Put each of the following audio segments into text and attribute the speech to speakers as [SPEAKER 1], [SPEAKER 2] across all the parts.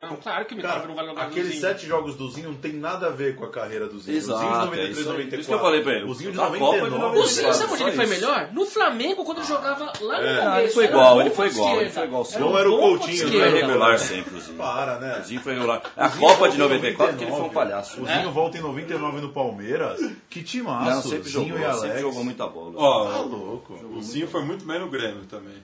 [SPEAKER 1] Não, claro que o Mikasa não vai jogar do
[SPEAKER 2] aqueles
[SPEAKER 1] Zinho.
[SPEAKER 2] sete jogos do Zinho não tem nada a ver com a carreira do Zinho.
[SPEAKER 3] Exato,
[SPEAKER 2] o Zinho de
[SPEAKER 3] é isso
[SPEAKER 2] 93,
[SPEAKER 3] aí.
[SPEAKER 2] 94.
[SPEAKER 3] Por isso que eu falei pra ele.
[SPEAKER 2] O Zinho de
[SPEAKER 3] Na Copa de
[SPEAKER 2] 99.
[SPEAKER 1] O Zinho, sabe onde
[SPEAKER 3] Só
[SPEAKER 1] ele foi
[SPEAKER 3] isso.
[SPEAKER 1] melhor? No Flamengo, quando ele jogava lá no começo.
[SPEAKER 3] Ah, ele foi
[SPEAKER 1] Era
[SPEAKER 3] igual,
[SPEAKER 1] bom
[SPEAKER 3] ele foi
[SPEAKER 1] pra
[SPEAKER 3] igual, ele
[SPEAKER 1] esquerda.
[SPEAKER 3] foi igual.
[SPEAKER 1] um
[SPEAKER 2] Não era o
[SPEAKER 1] bom pra
[SPEAKER 2] Coutinho, né?
[SPEAKER 3] Ele foi
[SPEAKER 1] esquerda.
[SPEAKER 3] regular sempre, o Zinho.
[SPEAKER 2] Para, né?
[SPEAKER 3] O Zinho foi regular. A Copa de 94 que ele foi um
[SPEAKER 2] 99.
[SPEAKER 3] palhaço.
[SPEAKER 2] O
[SPEAKER 3] né?
[SPEAKER 2] Zinho volta em 99 no Palmeiras. Que timaço.
[SPEAKER 3] Não, sempre
[SPEAKER 2] Zinho
[SPEAKER 3] jogou,
[SPEAKER 2] e Alex.
[SPEAKER 3] sempre jogou muita bola.
[SPEAKER 2] Tá
[SPEAKER 4] Ó,
[SPEAKER 2] louco.
[SPEAKER 4] o Zinho foi muito bem no Grêmio também.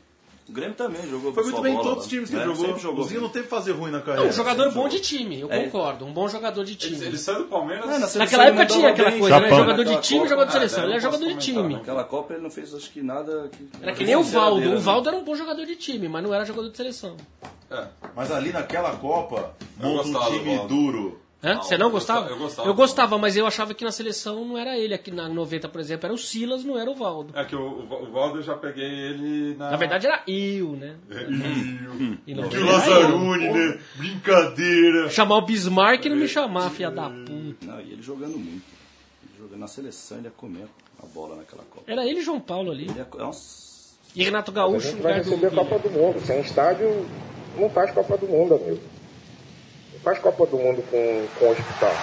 [SPEAKER 3] o Grêmio também jogou
[SPEAKER 2] Foi muito
[SPEAKER 3] só
[SPEAKER 2] bem em
[SPEAKER 3] bola,
[SPEAKER 2] todos os times que
[SPEAKER 3] né?
[SPEAKER 2] ele jogou.
[SPEAKER 3] Sempre jogou.
[SPEAKER 2] O Zinho não teve que fazer ruim na
[SPEAKER 1] É
[SPEAKER 2] carreira.
[SPEAKER 1] um jogador
[SPEAKER 2] Sempre
[SPEAKER 1] bom
[SPEAKER 2] jogou.
[SPEAKER 1] de time, eu
[SPEAKER 3] É.
[SPEAKER 1] concordo. Um bom jogador de time.
[SPEAKER 4] Ele, ele saiu do Palmeiras.
[SPEAKER 3] É, na seleção
[SPEAKER 1] Naquela
[SPEAKER 3] ele
[SPEAKER 1] época
[SPEAKER 3] mandava
[SPEAKER 1] tinha aquela
[SPEAKER 3] bem,
[SPEAKER 1] coisa, né?
[SPEAKER 3] Japão.
[SPEAKER 1] Jogador de
[SPEAKER 4] Naquela
[SPEAKER 1] time,
[SPEAKER 4] Copa,
[SPEAKER 1] jogador de
[SPEAKER 4] cara,
[SPEAKER 1] seleção.
[SPEAKER 4] eu
[SPEAKER 1] Ele é
[SPEAKER 4] não posso
[SPEAKER 1] jogador de
[SPEAKER 4] comentar,
[SPEAKER 1] time.
[SPEAKER 4] não.
[SPEAKER 3] Tá, Naquela Copa ele não fez acho que nada. Que... né?
[SPEAKER 1] Era que nem o Valdo. O Valdo era um bom jogador de time, mas não era jogador de seleção.
[SPEAKER 4] É.
[SPEAKER 2] Mas ali naquela Copa,
[SPEAKER 4] Eu
[SPEAKER 2] monta um
[SPEAKER 4] gostava do
[SPEAKER 2] time
[SPEAKER 4] Valdo.
[SPEAKER 2] duro.
[SPEAKER 1] Hã? Você não
[SPEAKER 4] eu
[SPEAKER 1] gostava?
[SPEAKER 4] gostava, eu gostava.
[SPEAKER 1] mas eu achava que na seleção não era ele. Aqui na 90, por exemplo, era o Silas, não era o Valdo.
[SPEAKER 4] É que o, o, o Valdo eu já peguei ele na.
[SPEAKER 1] Na verdade era eu, né? E não
[SPEAKER 2] Que
[SPEAKER 1] era eu.
[SPEAKER 2] Lazarone, né? Brincadeira.
[SPEAKER 1] Chamar o Bismarck e não me chamar, filha da puta.
[SPEAKER 3] Não, e ele jogando muito. Ele jogando na seleção, ele ia comer a bola naquela Copa.
[SPEAKER 1] Era ele e João Paulo ali. né?
[SPEAKER 3] Ele ia... Nossa.
[SPEAKER 1] E Renato
[SPEAKER 5] A
[SPEAKER 1] Gaúcho
[SPEAKER 5] gente
[SPEAKER 1] no
[SPEAKER 5] vai
[SPEAKER 1] lugar do
[SPEAKER 5] receber a Copa do
[SPEAKER 1] Villa.
[SPEAKER 5] Mundo. Sem estádio, não faz Copa do Mundo, amigo. Não faz Copa do Mundo com, com hospital.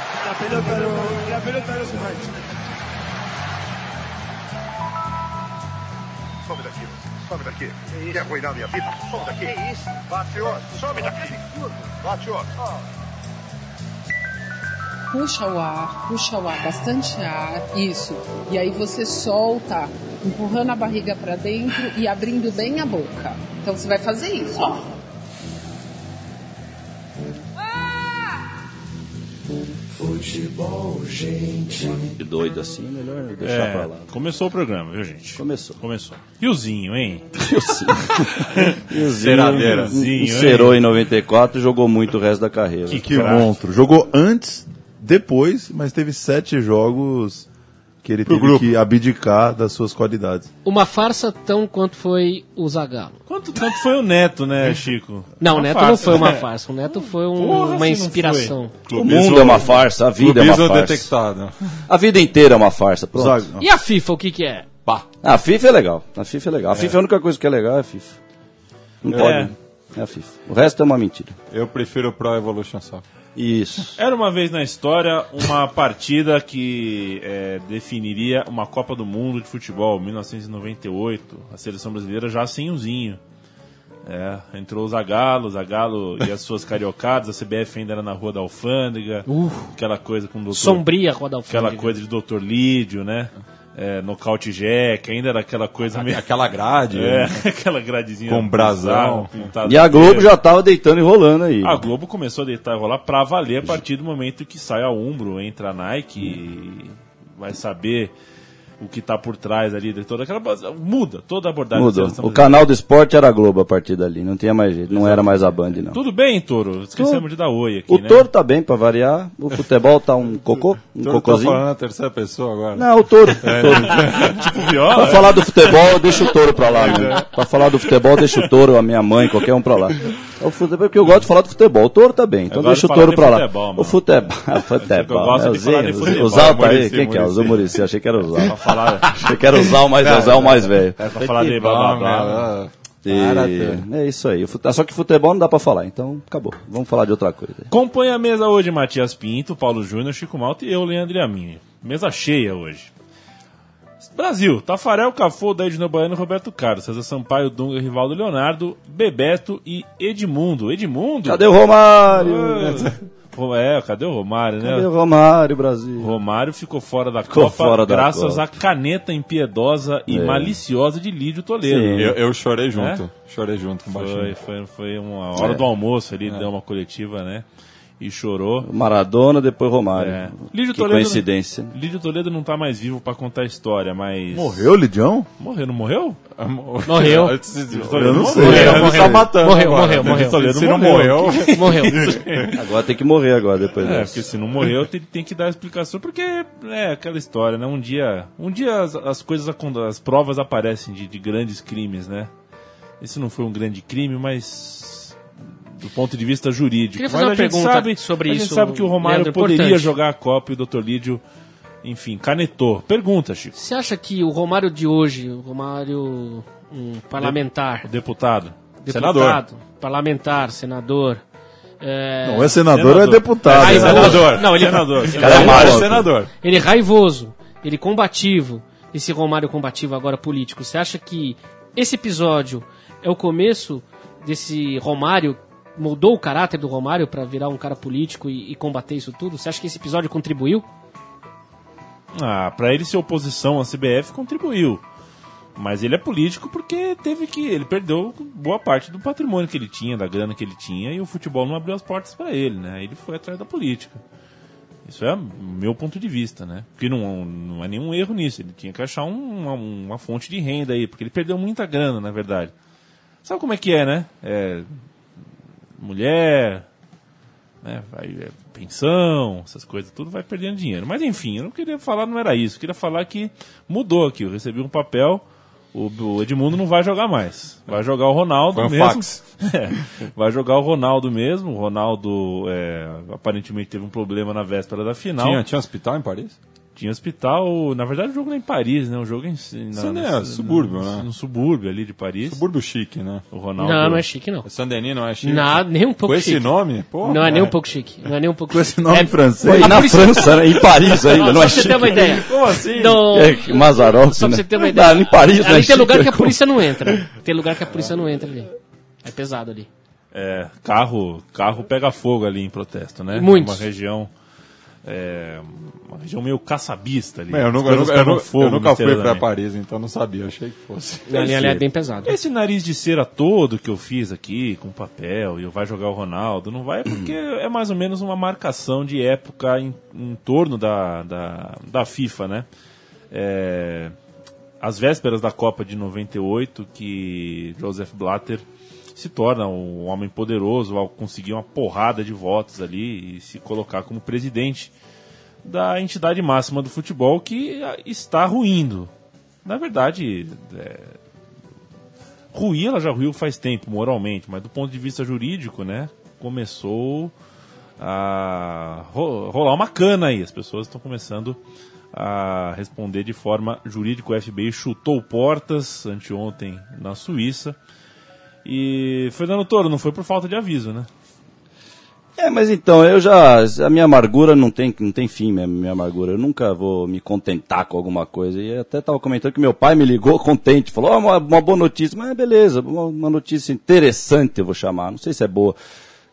[SPEAKER 6] Sobe daqui, sobe daqui. Quer arruinar minha vida? Sobe daqui. Que isso? Bate ó. sobe daqui. Bate ó.
[SPEAKER 7] Puxa o ar, puxa o ar, bastante ar, isso. E aí você solta, empurrando a barriga para dentro e abrindo bem a boca. Então você vai fazer isso. ó.
[SPEAKER 3] Que doido assim, é melhor deixar pra
[SPEAKER 8] É,
[SPEAKER 3] lá.
[SPEAKER 8] começou o programa, viu, gente?
[SPEAKER 3] Começou.
[SPEAKER 8] Começou. E o Zinho, hein?
[SPEAKER 3] Ceradeira.
[SPEAKER 8] Zinho, hein?
[SPEAKER 3] Cerou em 94 e jogou muito o resto da carreira.
[SPEAKER 2] Que monstro. Jogou antes, depois, mas teve sete jogos que ele teve que abdicar das suas qualidades.
[SPEAKER 1] Uma farsa tão quanto foi o Zagallo.
[SPEAKER 8] Quanto tanto foi o Neto, né, Chico?
[SPEAKER 1] Não, o
[SPEAKER 8] Uma
[SPEAKER 1] Neto não
[SPEAKER 8] farsa,
[SPEAKER 1] foi uma
[SPEAKER 8] né?
[SPEAKER 1] farsa. O Neto foi um-
[SPEAKER 8] Porra,
[SPEAKER 1] uma
[SPEAKER 8] se não
[SPEAKER 1] inspiração.
[SPEAKER 3] O mundo é uma farsa, a vida é uma
[SPEAKER 4] Clubismo
[SPEAKER 3] farsa.
[SPEAKER 4] detectado.
[SPEAKER 3] A vida inteira é uma farsa, pronto.
[SPEAKER 2] Zaga-
[SPEAKER 1] E a FIFA, o que que é?
[SPEAKER 3] Ah, A FIFA é legal. A FIFA é legal. A FIFA é a única coisa que é legal é a FIFA. Não
[SPEAKER 8] É.
[SPEAKER 3] pode. né? É a FIFA. O resto é uma mentira.
[SPEAKER 4] Eu prefiro o Pro Evolution Soccer.
[SPEAKER 3] Isso.
[SPEAKER 8] Era uma vez na história uma partida que é, definiria uma Copa do Mundo de futebol, 1998. A seleção brasileira já sem o Zinho. É, entrou o Zagallo, o Zagallo e as suas cariocadas. A CBF ainda era na Rua da Alfândega. aquela coisa com o doutor...
[SPEAKER 1] Sombria, Roda
[SPEAKER 8] Aquela
[SPEAKER 1] Alfândega.
[SPEAKER 8] coisa de Dr. Lídio, né?
[SPEAKER 4] Ah.
[SPEAKER 8] É, nocaute Jack, ainda era aquela coisa meio...
[SPEAKER 4] Aquela grade.
[SPEAKER 8] É,
[SPEAKER 4] né?
[SPEAKER 8] aquela gradezinha.
[SPEAKER 4] Com brasão.
[SPEAKER 8] pintada
[SPEAKER 3] E a
[SPEAKER 8] de
[SPEAKER 3] Globo
[SPEAKER 8] verde. Ah,
[SPEAKER 3] já tava deitando e rolando aí.
[SPEAKER 8] A Globo começou a deitar e rolar pra valer a partir do momento que sai a Umbro, entra a Nike e vai saber o que tá por trás ali de toda aquela. Muda toda a abordagem da
[SPEAKER 3] Mudou.
[SPEAKER 8] seleção
[SPEAKER 3] O
[SPEAKER 8] brasileira.
[SPEAKER 3] canal do esporte era a Globo a partir dali. Não tinha mais jeito. Não era mais a Band, não.
[SPEAKER 8] Tudo bem, Toro? Esquecemos
[SPEAKER 3] Tudo.
[SPEAKER 8] de dar oi aqui.
[SPEAKER 3] O
[SPEAKER 8] né?
[SPEAKER 3] touro tá bem pra variar. O futebol tá um cocô, um
[SPEAKER 4] Eu tô
[SPEAKER 3] cocôzinho.
[SPEAKER 4] tá falando na terceira pessoa agora.
[SPEAKER 3] Não, o touro. O touro.
[SPEAKER 8] Tipo
[SPEAKER 3] Pra
[SPEAKER 8] viola?
[SPEAKER 3] falar do futebol, deixa o touro pra lá. Né? Pra falar do futebol, deixa o touro, a minha mãe, qualquer um pra lá. É o futebol, porque eu gosto de falar do futebol. O touro tá bem, então
[SPEAKER 8] Eu gosto
[SPEAKER 3] deixa o
[SPEAKER 8] de
[SPEAKER 3] touro pra
[SPEAKER 8] falar
[SPEAKER 3] lá.
[SPEAKER 8] de futebol, mano.
[SPEAKER 3] o futebol. futebol.
[SPEAKER 8] Eu gosto
[SPEAKER 3] né?
[SPEAKER 8] de falar de
[SPEAKER 3] Zinho,
[SPEAKER 8] futebol.
[SPEAKER 3] O Zal tá aí?
[SPEAKER 8] Muricy,
[SPEAKER 3] Quem que é? O Zé Muricy. Achei que era o Zal.
[SPEAKER 8] Pra falar, né?
[SPEAKER 3] Achei que era o Zal mais, é o Zal mais velho.
[SPEAKER 8] é pra falar de blá blá blá.
[SPEAKER 3] E é isso aí. O fute- Só que futebol não dá pra falar, então acabou. Vamos falar de outra coisa.
[SPEAKER 8] Compõe a mesa hoje Matias Pinto, Paulo Júnior, Chico Malta e eu, Leandro Yamin. Mesa cheia hoje. Brasil, Tafarel, Cafu, Daí de Baiano, Roberto Carlos, César Sampaio, Dunga, Rivaldo Leonardo, Bebeto e Edmundo. Edmundo?
[SPEAKER 3] Cadê o Romário?
[SPEAKER 8] o... É, cadê o Romário, né?
[SPEAKER 3] Cadê o Romário, Brasil?
[SPEAKER 8] Romário ficou fora da
[SPEAKER 3] Ficou
[SPEAKER 8] Copa
[SPEAKER 3] fora da
[SPEAKER 8] graças
[SPEAKER 3] Copa.
[SPEAKER 8] à caneta impiedosa e
[SPEAKER 3] É.
[SPEAKER 8] maliciosa de Lídio Toledo. né?
[SPEAKER 3] Sim.
[SPEAKER 4] Eu, eu chorei junto. Chorei junto com o
[SPEAKER 8] Foi,
[SPEAKER 4] Baixinho.
[SPEAKER 8] foi, foi uma hora
[SPEAKER 3] É.
[SPEAKER 8] do almoço, ele deu uma coletiva, né? E chorou.
[SPEAKER 3] Maradona, depois Romário.
[SPEAKER 8] É.
[SPEAKER 3] Que
[SPEAKER 8] Lídio Toledo-
[SPEAKER 3] coincidência.
[SPEAKER 8] Lídio Toledo não tá mais vivo pra contar a história, mas.
[SPEAKER 2] Morreu, Lidião?
[SPEAKER 8] Morreu, não morreu?
[SPEAKER 1] Morreu.
[SPEAKER 2] Eu
[SPEAKER 8] Eu
[SPEAKER 2] não sei.
[SPEAKER 1] Morreu,
[SPEAKER 2] Ele
[SPEAKER 1] morreu.
[SPEAKER 2] tá matando
[SPEAKER 1] Morreu,
[SPEAKER 2] agora.
[SPEAKER 1] morreu,
[SPEAKER 5] tá-
[SPEAKER 1] morreu.
[SPEAKER 8] Toledo
[SPEAKER 4] Se não
[SPEAKER 8] morreu.
[SPEAKER 4] morreu,
[SPEAKER 1] Morreu.
[SPEAKER 3] Agora tem que morrer agora, depois né?
[SPEAKER 8] É,
[SPEAKER 3] dessa.
[SPEAKER 8] porque se não morreu, tem, tem que dar a explicação, porque é aquela história, né? Um dia, um dia as, as coisas, acon- as provas aparecem de, de grandes crimes, né? Esse não foi um grande crime, mas do ponto de vista jurídico.
[SPEAKER 1] Queria
[SPEAKER 8] Mas
[SPEAKER 1] fazer uma
[SPEAKER 8] a gente
[SPEAKER 1] pergunta
[SPEAKER 8] sabe,
[SPEAKER 1] sobre
[SPEAKER 8] a gente
[SPEAKER 1] isso,
[SPEAKER 8] sabe que o Romário
[SPEAKER 1] Leandro,
[SPEAKER 8] poderia
[SPEAKER 1] importante.
[SPEAKER 8] jogar a Copa e o Dr. Lídio, enfim, canetou. Pergunta, Chico.
[SPEAKER 1] Você acha que o Romário de hoje, o Romário um parlamentar,
[SPEAKER 8] Deputado.
[SPEAKER 1] deputado, parlamentar, senador,
[SPEAKER 2] Não é senador, é deputado.
[SPEAKER 1] Ah,
[SPEAKER 2] né?
[SPEAKER 8] É
[SPEAKER 1] senador.
[SPEAKER 8] senador.
[SPEAKER 1] Não, ele-
[SPEAKER 8] senador.
[SPEAKER 3] cara é
[SPEAKER 8] Ele
[SPEAKER 3] maroto.
[SPEAKER 8] senador.
[SPEAKER 1] Ele é raivoso, ele é combativo, esse Romário combativo agora político. Você acha que esse episódio é o começo desse Romário? Mudou o caráter do Romário pra virar um cara político e, e combater isso tudo? Você acha que esse episódio contribuiu?
[SPEAKER 8] Ah, pra ele ser oposição à CBF contribuiu. Mas ele é político porque teve que. Ele perdeu boa parte do patrimônio que ele tinha, da grana que ele tinha, e o futebol não abriu as portas pra ele, né? Ele foi atrás da política. Isso é o meu ponto de vista, né? Porque não, não é nenhum erro nisso. Ele tinha que achar um- uma, uma fonte de renda aí, porque ele perdeu muita grana, na verdade. Sabe como é que é, né? É, mulher, né? Vai, é, pensão, essas coisas, tudo vai perdendo dinheiro. Mas enfim, eu não queria falar, não era isso. Eu queria falar que mudou aqui. Eu recebi um papel, o, o Edmundo não vai jogar mais. Vai jogar o Ronaldo
[SPEAKER 4] Foi um
[SPEAKER 8] mesmo.
[SPEAKER 4] fax.
[SPEAKER 8] É, vai jogar o Ronaldo mesmo. O Ronaldo é, aparentemente teve um problema na véspera da final.
[SPEAKER 4] Tinha, tinha hospital em Paris?
[SPEAKER 8] Tinha hospital. Na verdade, o jogo não é em Paris, né? O jogo é em.
[SPEAKER 4] Sim, né? Subúrbio,
[SPEAKER 8] no,
[SPEAKER 4] né?
[SPEAKER 8] No subúrbio ali de Paris.
[SPEAKER 4] Subúrbio chique, né?
[SPEAKER 8] O Ronaldo.
[SPEAKER 1] Não, não é chique, não.
[SPEAKER 4] Sandeni não é chique?
[SPEAKER 1] Nada, nem um pouco
[SPEAKER 4] Com esse
[SPEAKER 1] chique.
[SPEAKER 4] nome? Pô,
[SPEAKER 1] não é, nem um pouco chique. Não é nem um pouco
[SPEAKER 2] Com
[SPEAKER 1] chique.
[SPEAKER 2] esse nome
[SPEAKER 1] É-
[SPEAKER 2] francês.
[SPEAKER 3] E na
[SPEAKER 1] por isso-
[SPEAKER 3] França, né? em Paris
[SPEAKER 1] Só
[SPEAKER 3] ainda, não
[SPEAKER 1] pra
[SPEAKER 3] é
[SPEAKER 1] você
[SPEAKER 3] chique.
[SPEAKER 1] ter uma ideia.
[SPEAKER 8] Como assim?
[SPEAKER 1] Não,
[SPEAKER 3] É, que Mazzaropi,
[SPEAKER 1] Só pra
[SPEAKER 3] né?
[SPEAKER 1] você ter uma
[SPEAKER 3] Não
[SPEAKER 1] ideia.
[SPEAKER 3] dá, em Paris não é
[SPEAKER 1] ali tem
[SPEAKER 3] chique,
[SPEAKER 1] lugar que a
[SPEAKER 3] como?
[SPEAKER 1] polícia não entra. Tem lugar que a polícia não entra ali. É pesado ali.
[SPEAKER 8] É, carro, carro pega fogo ali em protesto, né?
[SPEAKER 1] Muitos.
[SPEAKER 8] Uma região. é, uma região meio caçabista ali.
[SPEAKER 4] Bem, eu
[SPEAKER 8] As
[SPEAKER 4] nunca, eu
[SPEAKER 8] coisas
[SPEAKER 4] nunca, eu
[SPEAKER 8] pegam
[SPEAKER 4] nunca-
[SPEAKER 8] fogo
[SPEAKER 4] eu nunca fui pra
[SPEAKER 8] misteriosamente.
[SPEAKER 4] Paris, então não sabia, achei que fosse.
[SPEAKER 1] Ali, ali é bem pesado.
[SPEAKER 8] Esse nariz de cera todo que eu fiz aqui, com papel, e eu vai jogar o Ronaldo, não vai porque é mais ou menos uma marcação de época em, em torno da, da, da FIFA, né? É, as vésperas da Copa de 98, que Joseph Blatter se torna um homem poderoso ao conseguir uma porrada de votos ali e se colocar como presidente da entidade máxima do futebol que ah, está ruindo. Na verdade, é, ruir ela já ruiu faz tempo, moralmente, mas do ponto de vista jurídico, né, começou a ro- rolar uma cana aí. As pessoas estão começando a responder de forma jurídica. O FBI chutou portas anteontem na Suíça. E Fernando Toro, não foi por falta de aviso, né?
[SPEAKER 3] É, mas então, eu já. A minha amargura não tem, não tem fim, minha, minha amargura. Eu nunca vou me contentar com alguma coisa. E até tava comentando que meu pai me ligou contente, falou: Ó, uma, uma boa notícia. Mas beleza, uma, uma notícia interessante eu vou chamar. Não sei se é boa.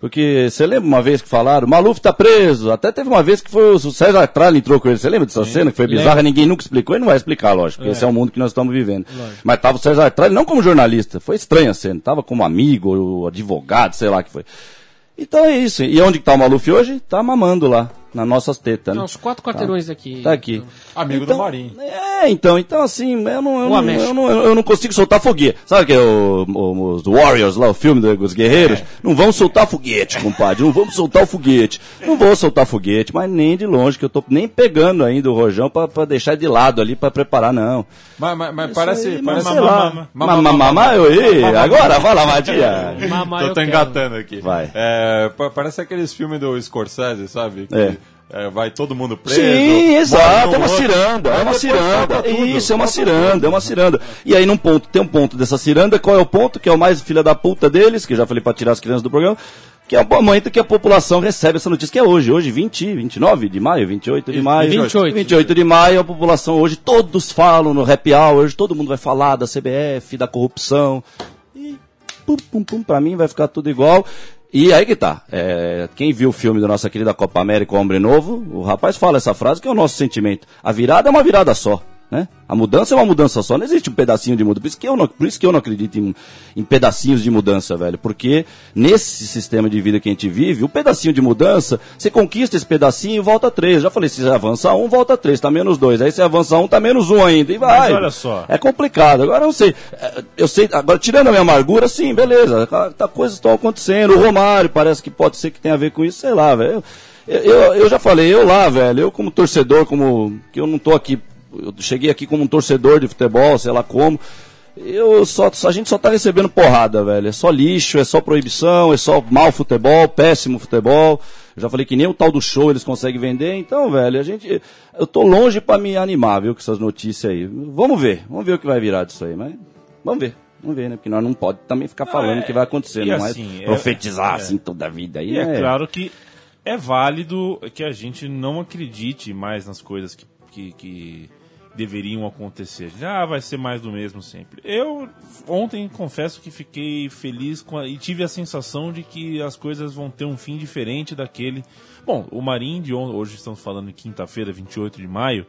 [SPEAKER 3] Porque você lembra uma vez que falaram, Maluf tá preso? Até teve uma vez que foi o César Tralli entrou com ele. Você lembra dessa cena que foi bizarra? Ninguém nunca explicou e não vai explicar, lógico, porque esse é o mundo que nós estamos vivendo. Mas tava o César Tralli, não como jornalista, foi estranha a cena. Tava como amigo, ou advogado, sei lá que foi. Então é isso. E onde que tá o Maluf hoje? Tá mamando lá, nas nossas tetas, né?
[SPEAKER 1] Não, os quatro quarteirões daqui.
[SPEAKER 3] Tá aqui.
[SPEAKER 4] Amigo
[SPEAKER 3] então,
[SPEAKER 4] do Marinho.
[SPEAKER 3] É, então, então assim, eu não, eu,
[SPEAKER 1] Boa,
[SPEAKER 3] não,
[SPEAKER 1] Mexe.
[SPEAKER 3] eu, não, eu não consigo soltar foguete. Sabe que é o, o- os Warriors lá, o filme dos
[SPEAKER 1] É.
[SPEAKER 3] guerreiros? Não vamos soltar foguete, compadre. Não vamos soltar o foguete. Não vou soltar foguete, mas nem de longe, que eu tô nem pegando ainda o rojão pra, pra deixar de lado ali, pra preparar, não.
[SPEAKER 4] Mas, mas, mas parece.
[SPEAKER 3] Isso aí, mas
[SPEAKER 4] parece
[SPEAKER 3] sei lá.
[SPEAKER 4] Mamá, mamá,
[SPEAKER 3] Mamá, mamá, eu ih, agora, fala, Matia.
[SPEAKER 1] Mamar,
[SPEAKER 4] Tô,
[SPEAKER 1] eu
[SPEAKER 4] tô
[SPEAKER 1] quero.
[SPEAKER 4] engatando aqui.
[SPEAKER 3] Vai.
[SPEAKER 4] É, pa- parece aqueles filmes do Scorsese, sabe? Que,
[SPEAKER 3] É.
[SPEAKER 4] é, vai todo mundo preso.
[SPEAKER 3] Sim,
[SPEAKER 4] morre
[SPEAKER 3] exato,
[SPEAKER 4] um
[SPEAKER 3] é uma
[SPEAKER 4] outro.
[SPEAKER 3] ciranda, é uma
[SPEAKER 4] Depois
[SPEAKER 3] ciranda.
[SPEAKER 4] solta tudo.
[SPEAKER 3] Isso, é uma ciranda, é uma ciranda. E aí num ponto, tem um ponto dessa ciranda, qual é o ponto que é o mais filha da puta deles, que eu já falei pra tirar as crianças do programa, que é o momento que a população recebe essa notícia, que é hoje, hoje 20, 29 de maio, 28 de maio.
[SPEAKER 1] 28.
[SPEAKER 3] 28 de maio, a população hoje, todos falam no happy hour, hoje todo mundo vai falar da CBF, da corrupção, pum, pum, pum, pra mim vai ficar tudo igual. E aí que tá. É, quem viu o filme da nossa querida Copa América, o Hombre Novo, o rapaz fala essa frase que é o nosso sentimento. A virada é uma virada só. Né? A mudança é uma mudança só, não existe um pedacinho de mudança. Por isso que eu não, por isso que eu não acredito em, em pedacinhos de mudança, velho. Porque nesse sistema de vida que a gente vive, o pedacinho de mudança, você conquista esse pedacinho e volta três. Já falei, se você avança um, volta três, tá menos dois. Aí você avança um, tá menos um ainda. E vai.
[SPEAKER 8] olha só.
[SPEAKER 3] É complicado. Agora eu não sei. É, Eu sei. Agora, tirando a minha amargura, sim, beleza. Tá, tá- coisas estão acontecendo. O Romário parece que pode ser que tenha a ver com isso, sei lá, velho. Eu, eu, eu já falei, eu lá, velho, eu como torcedor, como. que eu não tô aqui. Eu cheguei aqui como um torcedor de futebol, sei lá como. Eu só, só- a gente só tá recebendo porrada, velho. É só lixo, é só proibição, é só mau futebol, péssimo futebol. Eu já falei que nem o tal do show eles conseguem vender. Então, velho, a gente. Eu tô longe pra me animar, viu, com essas notícias aí. Vamos ver, vamos ver o que vai virar disso aí, mas. Vamos ver. Vamos ver, né? Porque nós não pode também ficar falando o
[SPEAKER 8] é-
[SPEAKER 3] que vai acontecer,
[SPEAKER 8] e
[SPEAKER 3] não
[SPEAKER 8] assim,
[SPEAKER 3] é
[SPEAKER 8] é-
[SPEAKER 3] profetizar
[SPEAKER 8] é.
[SPEAKER 3] assim toda a vida. Aí
[SPEAKER 8] E é,
[SPEAKER 3] é,
[SPEAKER 8] claro que é válido que a gente não acredite mais nas coisas que, que, que deveriam acontecer. Ah, vai ser mais do mesmo sempre. Eu ontem confesso que fiquei feliz com a- e tive a sensação de que as coisas vão ter um fim diferente daquele. Bom, o Marim de on- hoje estamos falando em quinta-feira, 28 de maio.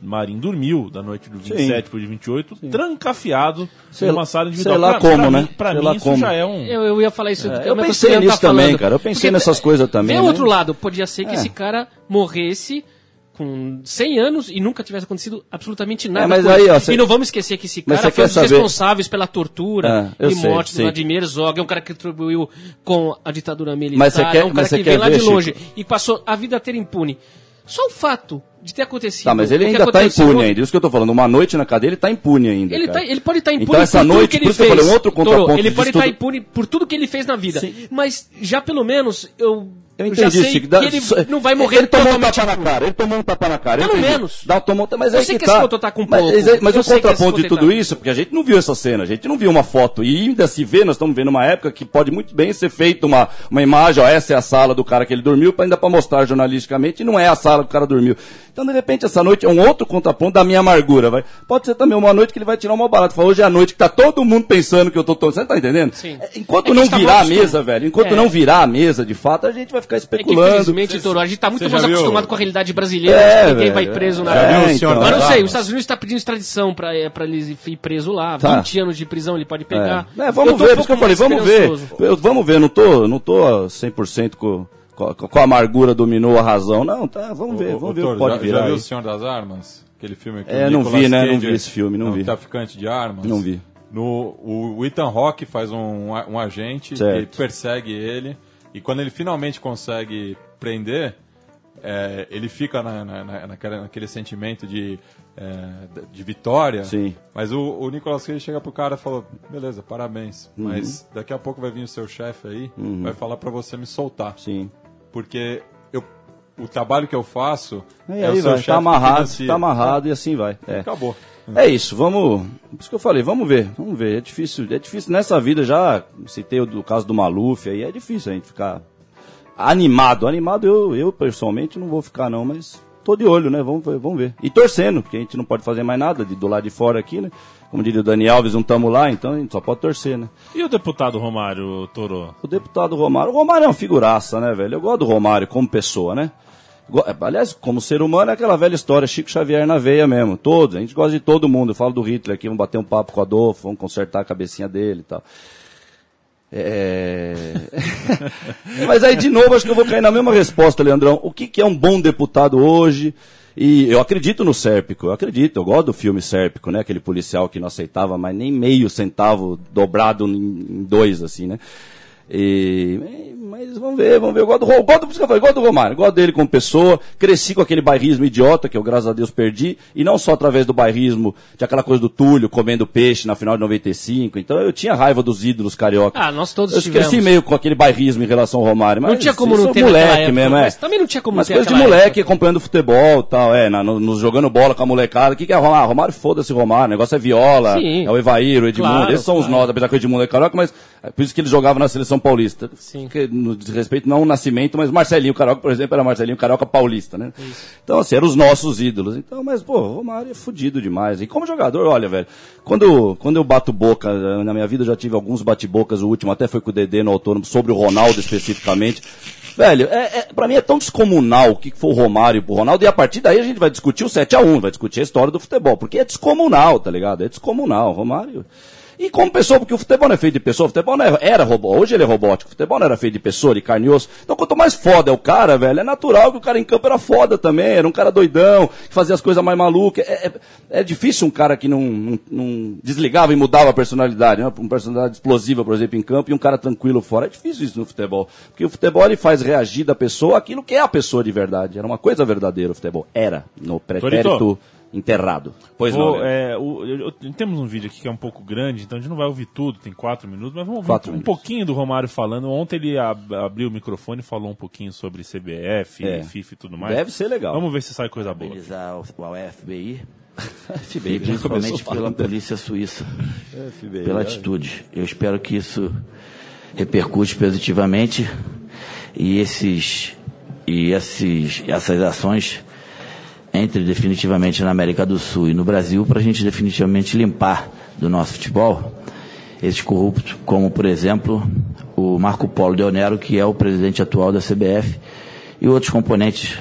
[SPEAKER 8] Marim dormiu da noite do 27 pro dia 28, trancafiado
[SPEAKER 3] Sei-
[SPEAKER 8] numa sala individual.
[SPEAKER 3] sei lá
[SPEAKER 8] Pra- pra
[SPEAKER 3] como,
[SPEAKER 8] mim-
[SPEAKER 3] né?
[SPEAKER 8] Pra
[SPEAKER 3] Sei
[SPEAKER 8] mim
[SPEAKER 3] lá
[SPEAKER 8] isso
[SPEAKER 3] como.
[SPEAKER 8] já é um...
[SPEAKER 1] Eu, eu ia falar isso.
[SPEAKER 3] É,
[SPEAKER 1] como
[SPEAKER 3] eu
[SPEAKER 1] é que o
[SPEAKER 3] pensei
[SPEAKER 1] Cirano
[SPEAKER 3] nisso também, cara. Eu pensei nessas coisas também,
[SPEAKER 1] Vê o
[SPEAKER 3] né?
[SPEAKER 1] outro lado. Podia ser que
[SPEAKER 3] É.
[SPEAKER 1] esse cara morresse com 100 anos e nunca tivesse acontecido absolutamente nada.
[SPEAKER 3] É, mas
[SPEAKER 1] com
[SPEAKER 3] aí,
[SPEAKER 1] ele.
[SPEAKER 3] ó, cê-
[SPEAKER 1] E não vamos esquecer que esse
[SPEAKER 3] Mas
[SPEAKER 1] cara
[SPEAKER 3] cê
[SPEAKER 1] foi um
[SPEAKER 3] quer
[SPEAKER 1] dos
[SPEAKER 3] saber-
[SPEAKER 1] responsáveis pela tortura
[SPEAKER 3] É, eu
[SPEAKER 1] e
[SPEAKER 3] sei,
[SPEAKER 1] morte
[SPEAKER 3] sim.
[SPEAKER 1] do Vladimir Zog. É um cara que contribuiu com a ditadura militar.
[SPEAKER 3] Mas cê quer-
[SPEAKER 1] é um cara
[SPEAKER 3] mas cê
[SPEAKER 1] que
[SPEAKER 3] quer
[SPEAKER 1] veio lá
[SPEAKER 3] ver,
[SPEAKER 1] de longe
[SPEAKER 3] Chico?
[SPEAKER 1] e passou a vida inteira impune. Só o fato de ter acontecido.
[SPEAKER 3] Tá, mas ele
[SPEAKER 1] o que
[SPEAKER 3] ainda tá
[SPEAKER 1] aconteceu
[SPEAKER 3] impune
[SPEAKER 1] ontem-
[SPEAKER 3] ainda. Isso que eu tô falando. Uma noite na cadeia, ele tá impune ainda.
[SPEAKER 1] Ele,
[SPEAKER 3] cara.
[SPEAKER 1] tá- ele pode estar impune
[SPEAKER 3] Então essa
[SPEAKER 1] por tudo
[SPEAKER 3] noite,
[SPEAKER 1] que ele
[SPEAKER 3] por isso que eu
[SPEAKER 1] fez.
[SPEAKER 3] falei, um outro
[SPEAKER 1] Toro,
[SPEAKER 3] contraponto
[SPEAKER 1] ele
[SPEAKER 3] disso
[SPEAKER 1] pode estar
[SPEAKER 3] tudo.
[SPEAKER 1] impune por tudo que ele fez na vida.
[SPEAKER 3] Sim.
[SPEAKER 1] Mas já pelo menos eu,
[SPEAKER 3] Eu
[SPEAKER 1] já
[SPEAKER 3] entendi,
[SPEAKER 1] sei
[SPEAKER 3] Chico.
[SPEAKER 1] que,
[SPEAKER 3] Dá-
[SPEAKER 1] ele
[SPEAKER 3] só-
[SPEAKER 1] não vai morrer
[SPEAKER 3] Ele tomou um
[SPEAKER 1] totalmente
[SPEAKER 3] tapa na cara, ele tomou um tapa na cara. eu
[SPEAKER 1] Pelo
[SPEAKER 3] entendi.
[SPEAKER 1] menos.
[SPEAKER 3] Dá o tomo, mas
[SPEAKER 1] Eu
[SPEAKER 3] aí
[SPEAKER 1] sei que
[SPEAKER 3] que,
[SPEAKER 1] esse
[SPEAKER 3] tá.
[SPEAKER 1] motor tá com
[SPEAKER 3] mas,
[SPEAKER 1] pouco.
[SPEAKER 3] mas
[SPEAKER 1] Eu
[SPEAKER 3] o
[SPEAKER 1] sei que esse
[SPEAKER 3] contraponto de
[SPEAKER 1] motor tá-
[SPEAKER 3] tudo isso, porque a gente não viu essa cena, a gente não viu uma foto. E ainda se vê, nós estamos vendo uma época que pode muito bem ser feita uma, uma imagem, ó, essa é a sala do cara que ele dormiu, pra- ainda para mostrar jornalisticamente, e não é a sala que o cara dormiu. Então, de repente, essa noite é um outro contraponto da minha amargura. Vai. Pode ser também uma noite que ele vai tirar uma barata. Fala, hoje é a noite que tá todo mundo pensando que eu tô. todo. Você tá entendendo?
[SPEAKER 1] Sim.
[SPEAKER 3] É,
[SPEAKER 1] É
[SPEAKER 3] Enquanto
[SPEAKER 1] que
[SPEAKER 3] não
[SPEAKER 1] está
[SPEAKER 3] virar a
[SPEAKER 1] mal acostumado.
[SPEAKER 3] mesa, velho, enquanto
[SPEAKER 1] É.
[SPEAKER 3] não virar a mesa de fato, a gente vai ficar
[SPEAKER 1] É que
[SPEAKER 3] especulando.
[SPEAKER 1] infelizmente, Toro, a gente tá muito
[SPEAKER 4] Cê
[SPEAKER 1] mais
[SPEAKER 4] já viu?
[SPEAKER 1] acostumado com a realidade brasileira
[SPEAKER 3] É,
[SPEAKER 1] de que ninguém
[SPEAKER 3] velho,
[SPEAKER 1] vai preso na
[SPEAKER 3] é,
[SPEAKER 1] vida.
[SPEAKER 3] então.
[SPEAKER 4] senhor
[SPEAKER 1] Agora eu
[SPEAKER 4] das
[SPEAKER 1] sei, os
[SPEAKER 4] armas?
[SPEAKER 1] Estados Unidos está pedindo extradição pra, é, pra ele ir preso lá.
[SPEAKER 3] Tá.
[SPEAKER 1] 20 anos de prisão ele pode pegar.
[SPEAKER 3] É, vamos
[SPEAKER 1] tô
[SPEAKER 3] ver,
[SPEAKER 1] um
[SPEAKER 3] por isso que
[SPEAKER 1] pouco
[SPEAKER 3] eu falei,
[SPEAKER 1] mais
[SPEAKER 3] vamos ver.
[SPEAKER 1] esperançoso.
[SPEAKER 3] Eu- vamos ver, não tô, não tô 100% com, com, com a amargura dominou a razão. Não, tá, vamos ver,
[SPEAKER 4] Ô,
[SPEAKER 3] vamos
[SPEAKER 4] ô,
[SPEAKER 3] ver o
[SPEAKER 4] Thor,
[SPEAKER 3] que pode
[SPEAKER 4] já,
[SPEAKER 3] virar.
[SPEAKER 4] Já viu
[SPEAKER 3] aí.
[SPEAKER 4] O Senhor das Armas? Aquele filme que
[SPEAKER 3] É,
[SPEAKER 4] o
[SPEAKER 3] não
[SPEAKER 4] Nicolas
[SPEAKER 3] vi, né?
[SPEAKER 4] Cage
[SPEAKER 3] Não vi esse filme, não
[SPEAKER 4] é um
[SPEAKER 3] vi.
[SPEAKER 4] traficante de armas.
[SPEAKER 3] Não vi.
[SPEAKER 4] No, o, o Ethan Hawke faz um, a- um agente
[SPEAKER 3] Certo.
[SPEAKER 4] e persegue ele. E quando ele finalmente consegue prender, é, ele fica na, na, na- naquela- naquele sentimento de, é, de vitória.
[SPEAKER 3] Sim.
[SPEAKER 4] Mas o, o Nicolas Cage chega pro cara e fala: beleza, parabéns.
[SPEAKER 3] Uhum.
[SPEAKER 4] Mas daqui a pouco vai vir o seu chefe aí, vai falar pra você me soltar
[SPEAKER 3] Sim.
[SPEAKER 4] porque eu, o trabalho que eu faço
[SPEAKER 3] E
[SPEAKER 4] é, o
[SPEAKER 3] aí,
[SPEAKER 4] seu
[SPEAKER 3] vai,
[SPEAKER 4] chefe
[SPEAKER 3] tá amarrado,
[SPEAKER 4] financeiro.
[SPEAKER 3] tá amarrado e assim vai. É.
[SPEAKER 4] Acabou.
[SPEAKER 3] É isso, vamos. Por isso que eu falei, vamos ver, vamos ver. É difícil, é difícil nessa vida já. Citei o do caso do Maluf aí, é difícil a gente ficar animado. Animado eu, eu pessoalmente não vou ficar não, mas tô de olho, né? Vamos ver, vamos ver. E torcendo, porque a gente não pode fazer mais nada de, do lado de fora aqui, né? Como diria o Dani Alves, não tamo lá, então a gente só pode torcer, né?
[SPEAKER 8] E o deputado Romário Toro?
[SPEAKER 3] O deputado Romário. O Romário é uma figuraça, né, velho? Eu gosto do Romário como pessoa, né? Go- é, Aliás, como ser humano é aquela velha história, Chico Xavier na veia mesmo. Todos, a gente gosta de todo mundo. Eu falo do Hitler aqui, vamos bater um papo com o Adolfo, vamos consertar a cabecinha dele e tal. É... Mas aí, de novo, acho que eu vou cair na mesma resposta, Leandrão. O que, que é um bom deputado hoje? E eu acredito no Sérpico, eu acredito, eu gosto do filme Sérpico, né? Aquele policial que não aceitava mais nem meio centavo dobrado em em dois, assim, né? E- mas vamos ver, vamos ver. Eu gosto do, Ro- eu gosto, do- por isso que eu falei, eu gosto do Romário, eu gosto dele como pessoa. Cresci com aquele bairrismo idiota que eu, graças a Deus, perdi. E não só através do bairrismo, de aquela coisa do Túlio comendo peixe na final de 95. Então eu tinha raiva dos ídolos carioca.
[SPEAKER 1] Ah, nós todos
[SPEAKER 3] Eu
[SPEAKER 1] tivemos.
[SPEAKER 3] cresci meio com aquele bairrismo em relação ao Romário. Mas
[SPEAKER 1] Não tinha como
[SPEAKER 3] isso
[SPEAKER 1] não
[SPEAKER 3] é
[SPEAKER 1] ter naquela
[SPEAKER 3] moleque
[SPEAKER 1] época,
[SPEAKER 3] mesmo, é.
[SPEAKER 1] mas também não tinha como
[SPEAKER 3] Mas
[SPEAKER 1] ter
[SPEAKER 3] coisa de
[SPEAKER 1] naquela
[SPEAKER 3] moleque acompanhando futebol e tal, é, na- no- nos jogando bola com a molecada. O que, que é Romário? Ah, Romário, foda-se Romário. O negócio é viola,
[SPEAKER 1] Sim.
[SPEAKER 3] é o Evair, o Edmundo.
[SPEAKER 1] Claro,
[SPEAKER 3] Esses são os
[SPEAKER 1] claro.
[SPEAKER 3] nós, apesar que o Edmundo é carioca, mas é por isso que ele jogava na seleção paulista.
[SPEAKER 1] Sim.
[SPEAKER 3] Que, no desrespeito, não o nascimento, mas Marcelinho Carioca, por exemplo, era Marcelinho Carioca paulista, né? Então, assim, eram os nossos ídolos. Então, mas, pô, o Romário é fudido demais. E como jogador, olha, velho, quando, quando eu bato boca, eh, na minha vida eu já tive alguns bate-bocas, o último até foi com o Dedê no autônomo, sobre o Ronaldo especificamente. Velho, é, é, pra mim é tão descomunal o que foi o Romário pro Ronaldo, e a partir daí a gente vai discutir o 7x1, vai discutir a história do futebol, porque é descomunal, tá ligado? É descomunal, Romário. E como pessoa, porque o futebol não é feito de pessoa, o futebol não é- era robô, hoje ele é robótico, o futebol não era feito de pessoa, de carne e osso. Então quanto mais foda é o cara, velho, é natural que o cara em campo era foda também, era um cara doidão, que fazia as coisas mais malucas. É, é- é difícil um cara que não, não- não desligava e mudava a personalidade, né? uma personalidade explosiva, por exemplo, em campo, e um cara tranquilo fora. É difícil isso no futebol, porque o futebol ele faz reagir da pessoa aquilo que é a pessoa de verdade. Era uma coisa verdadeira o futebol, era, no pretérito
[SPEAKER 8] Torito.
[SPEAKER 3] enterrado. Pois
[SPEAKER 8] Vou,
[SPEAKER 3] não, né? Leandro?
[SPEAKER 8] é, o- eu- eu- temos um vídeo aqui que é um pouco grande, então a gente não vai ouvir tudo, tem quatro minutos, mas vamos ouvir
[SPEAKER 3] Quatro
[SPEAKER 8] um
[SPEAKER 3] minutos.
[SPEAKER 8] pouquinho do Romário falando. Ontem ele ab- abriu o microfone e falou um pouquinho sobre CBF,
[SPEAKER 3] É.
[SPEAKER 8] FIFA e tudo mais.
[SPEAKER 3] Deve ser legal.
[SPEAKER 8] Vamos ver se sai coisa boa.
[SPEAKER 9] parabenizar ao, ao FBI
[SPEAKER 3] FBI,
[SPEAKER 9] e principalmente
[SPEAKER 3] começou
[SPEAKER 9] pela
[SPEAKER 3] falando.
[SPEAKER 9] polícia suíça,
[SPEAKER 3] FBI,
[SPEAKER 9] pela
[SPEAKER 3] olha.
[SPEAKER 9] atitude. Eu espero que isso repercute positivamente e esses e esses essas ações entre definitivamente na América do Sul e no Brasil para a gente definitivamente limpar do nosso futebol esses corruptos, como por exemplo o Marco Polo Deonero, que é o presidente atual da CBF, e outros componentes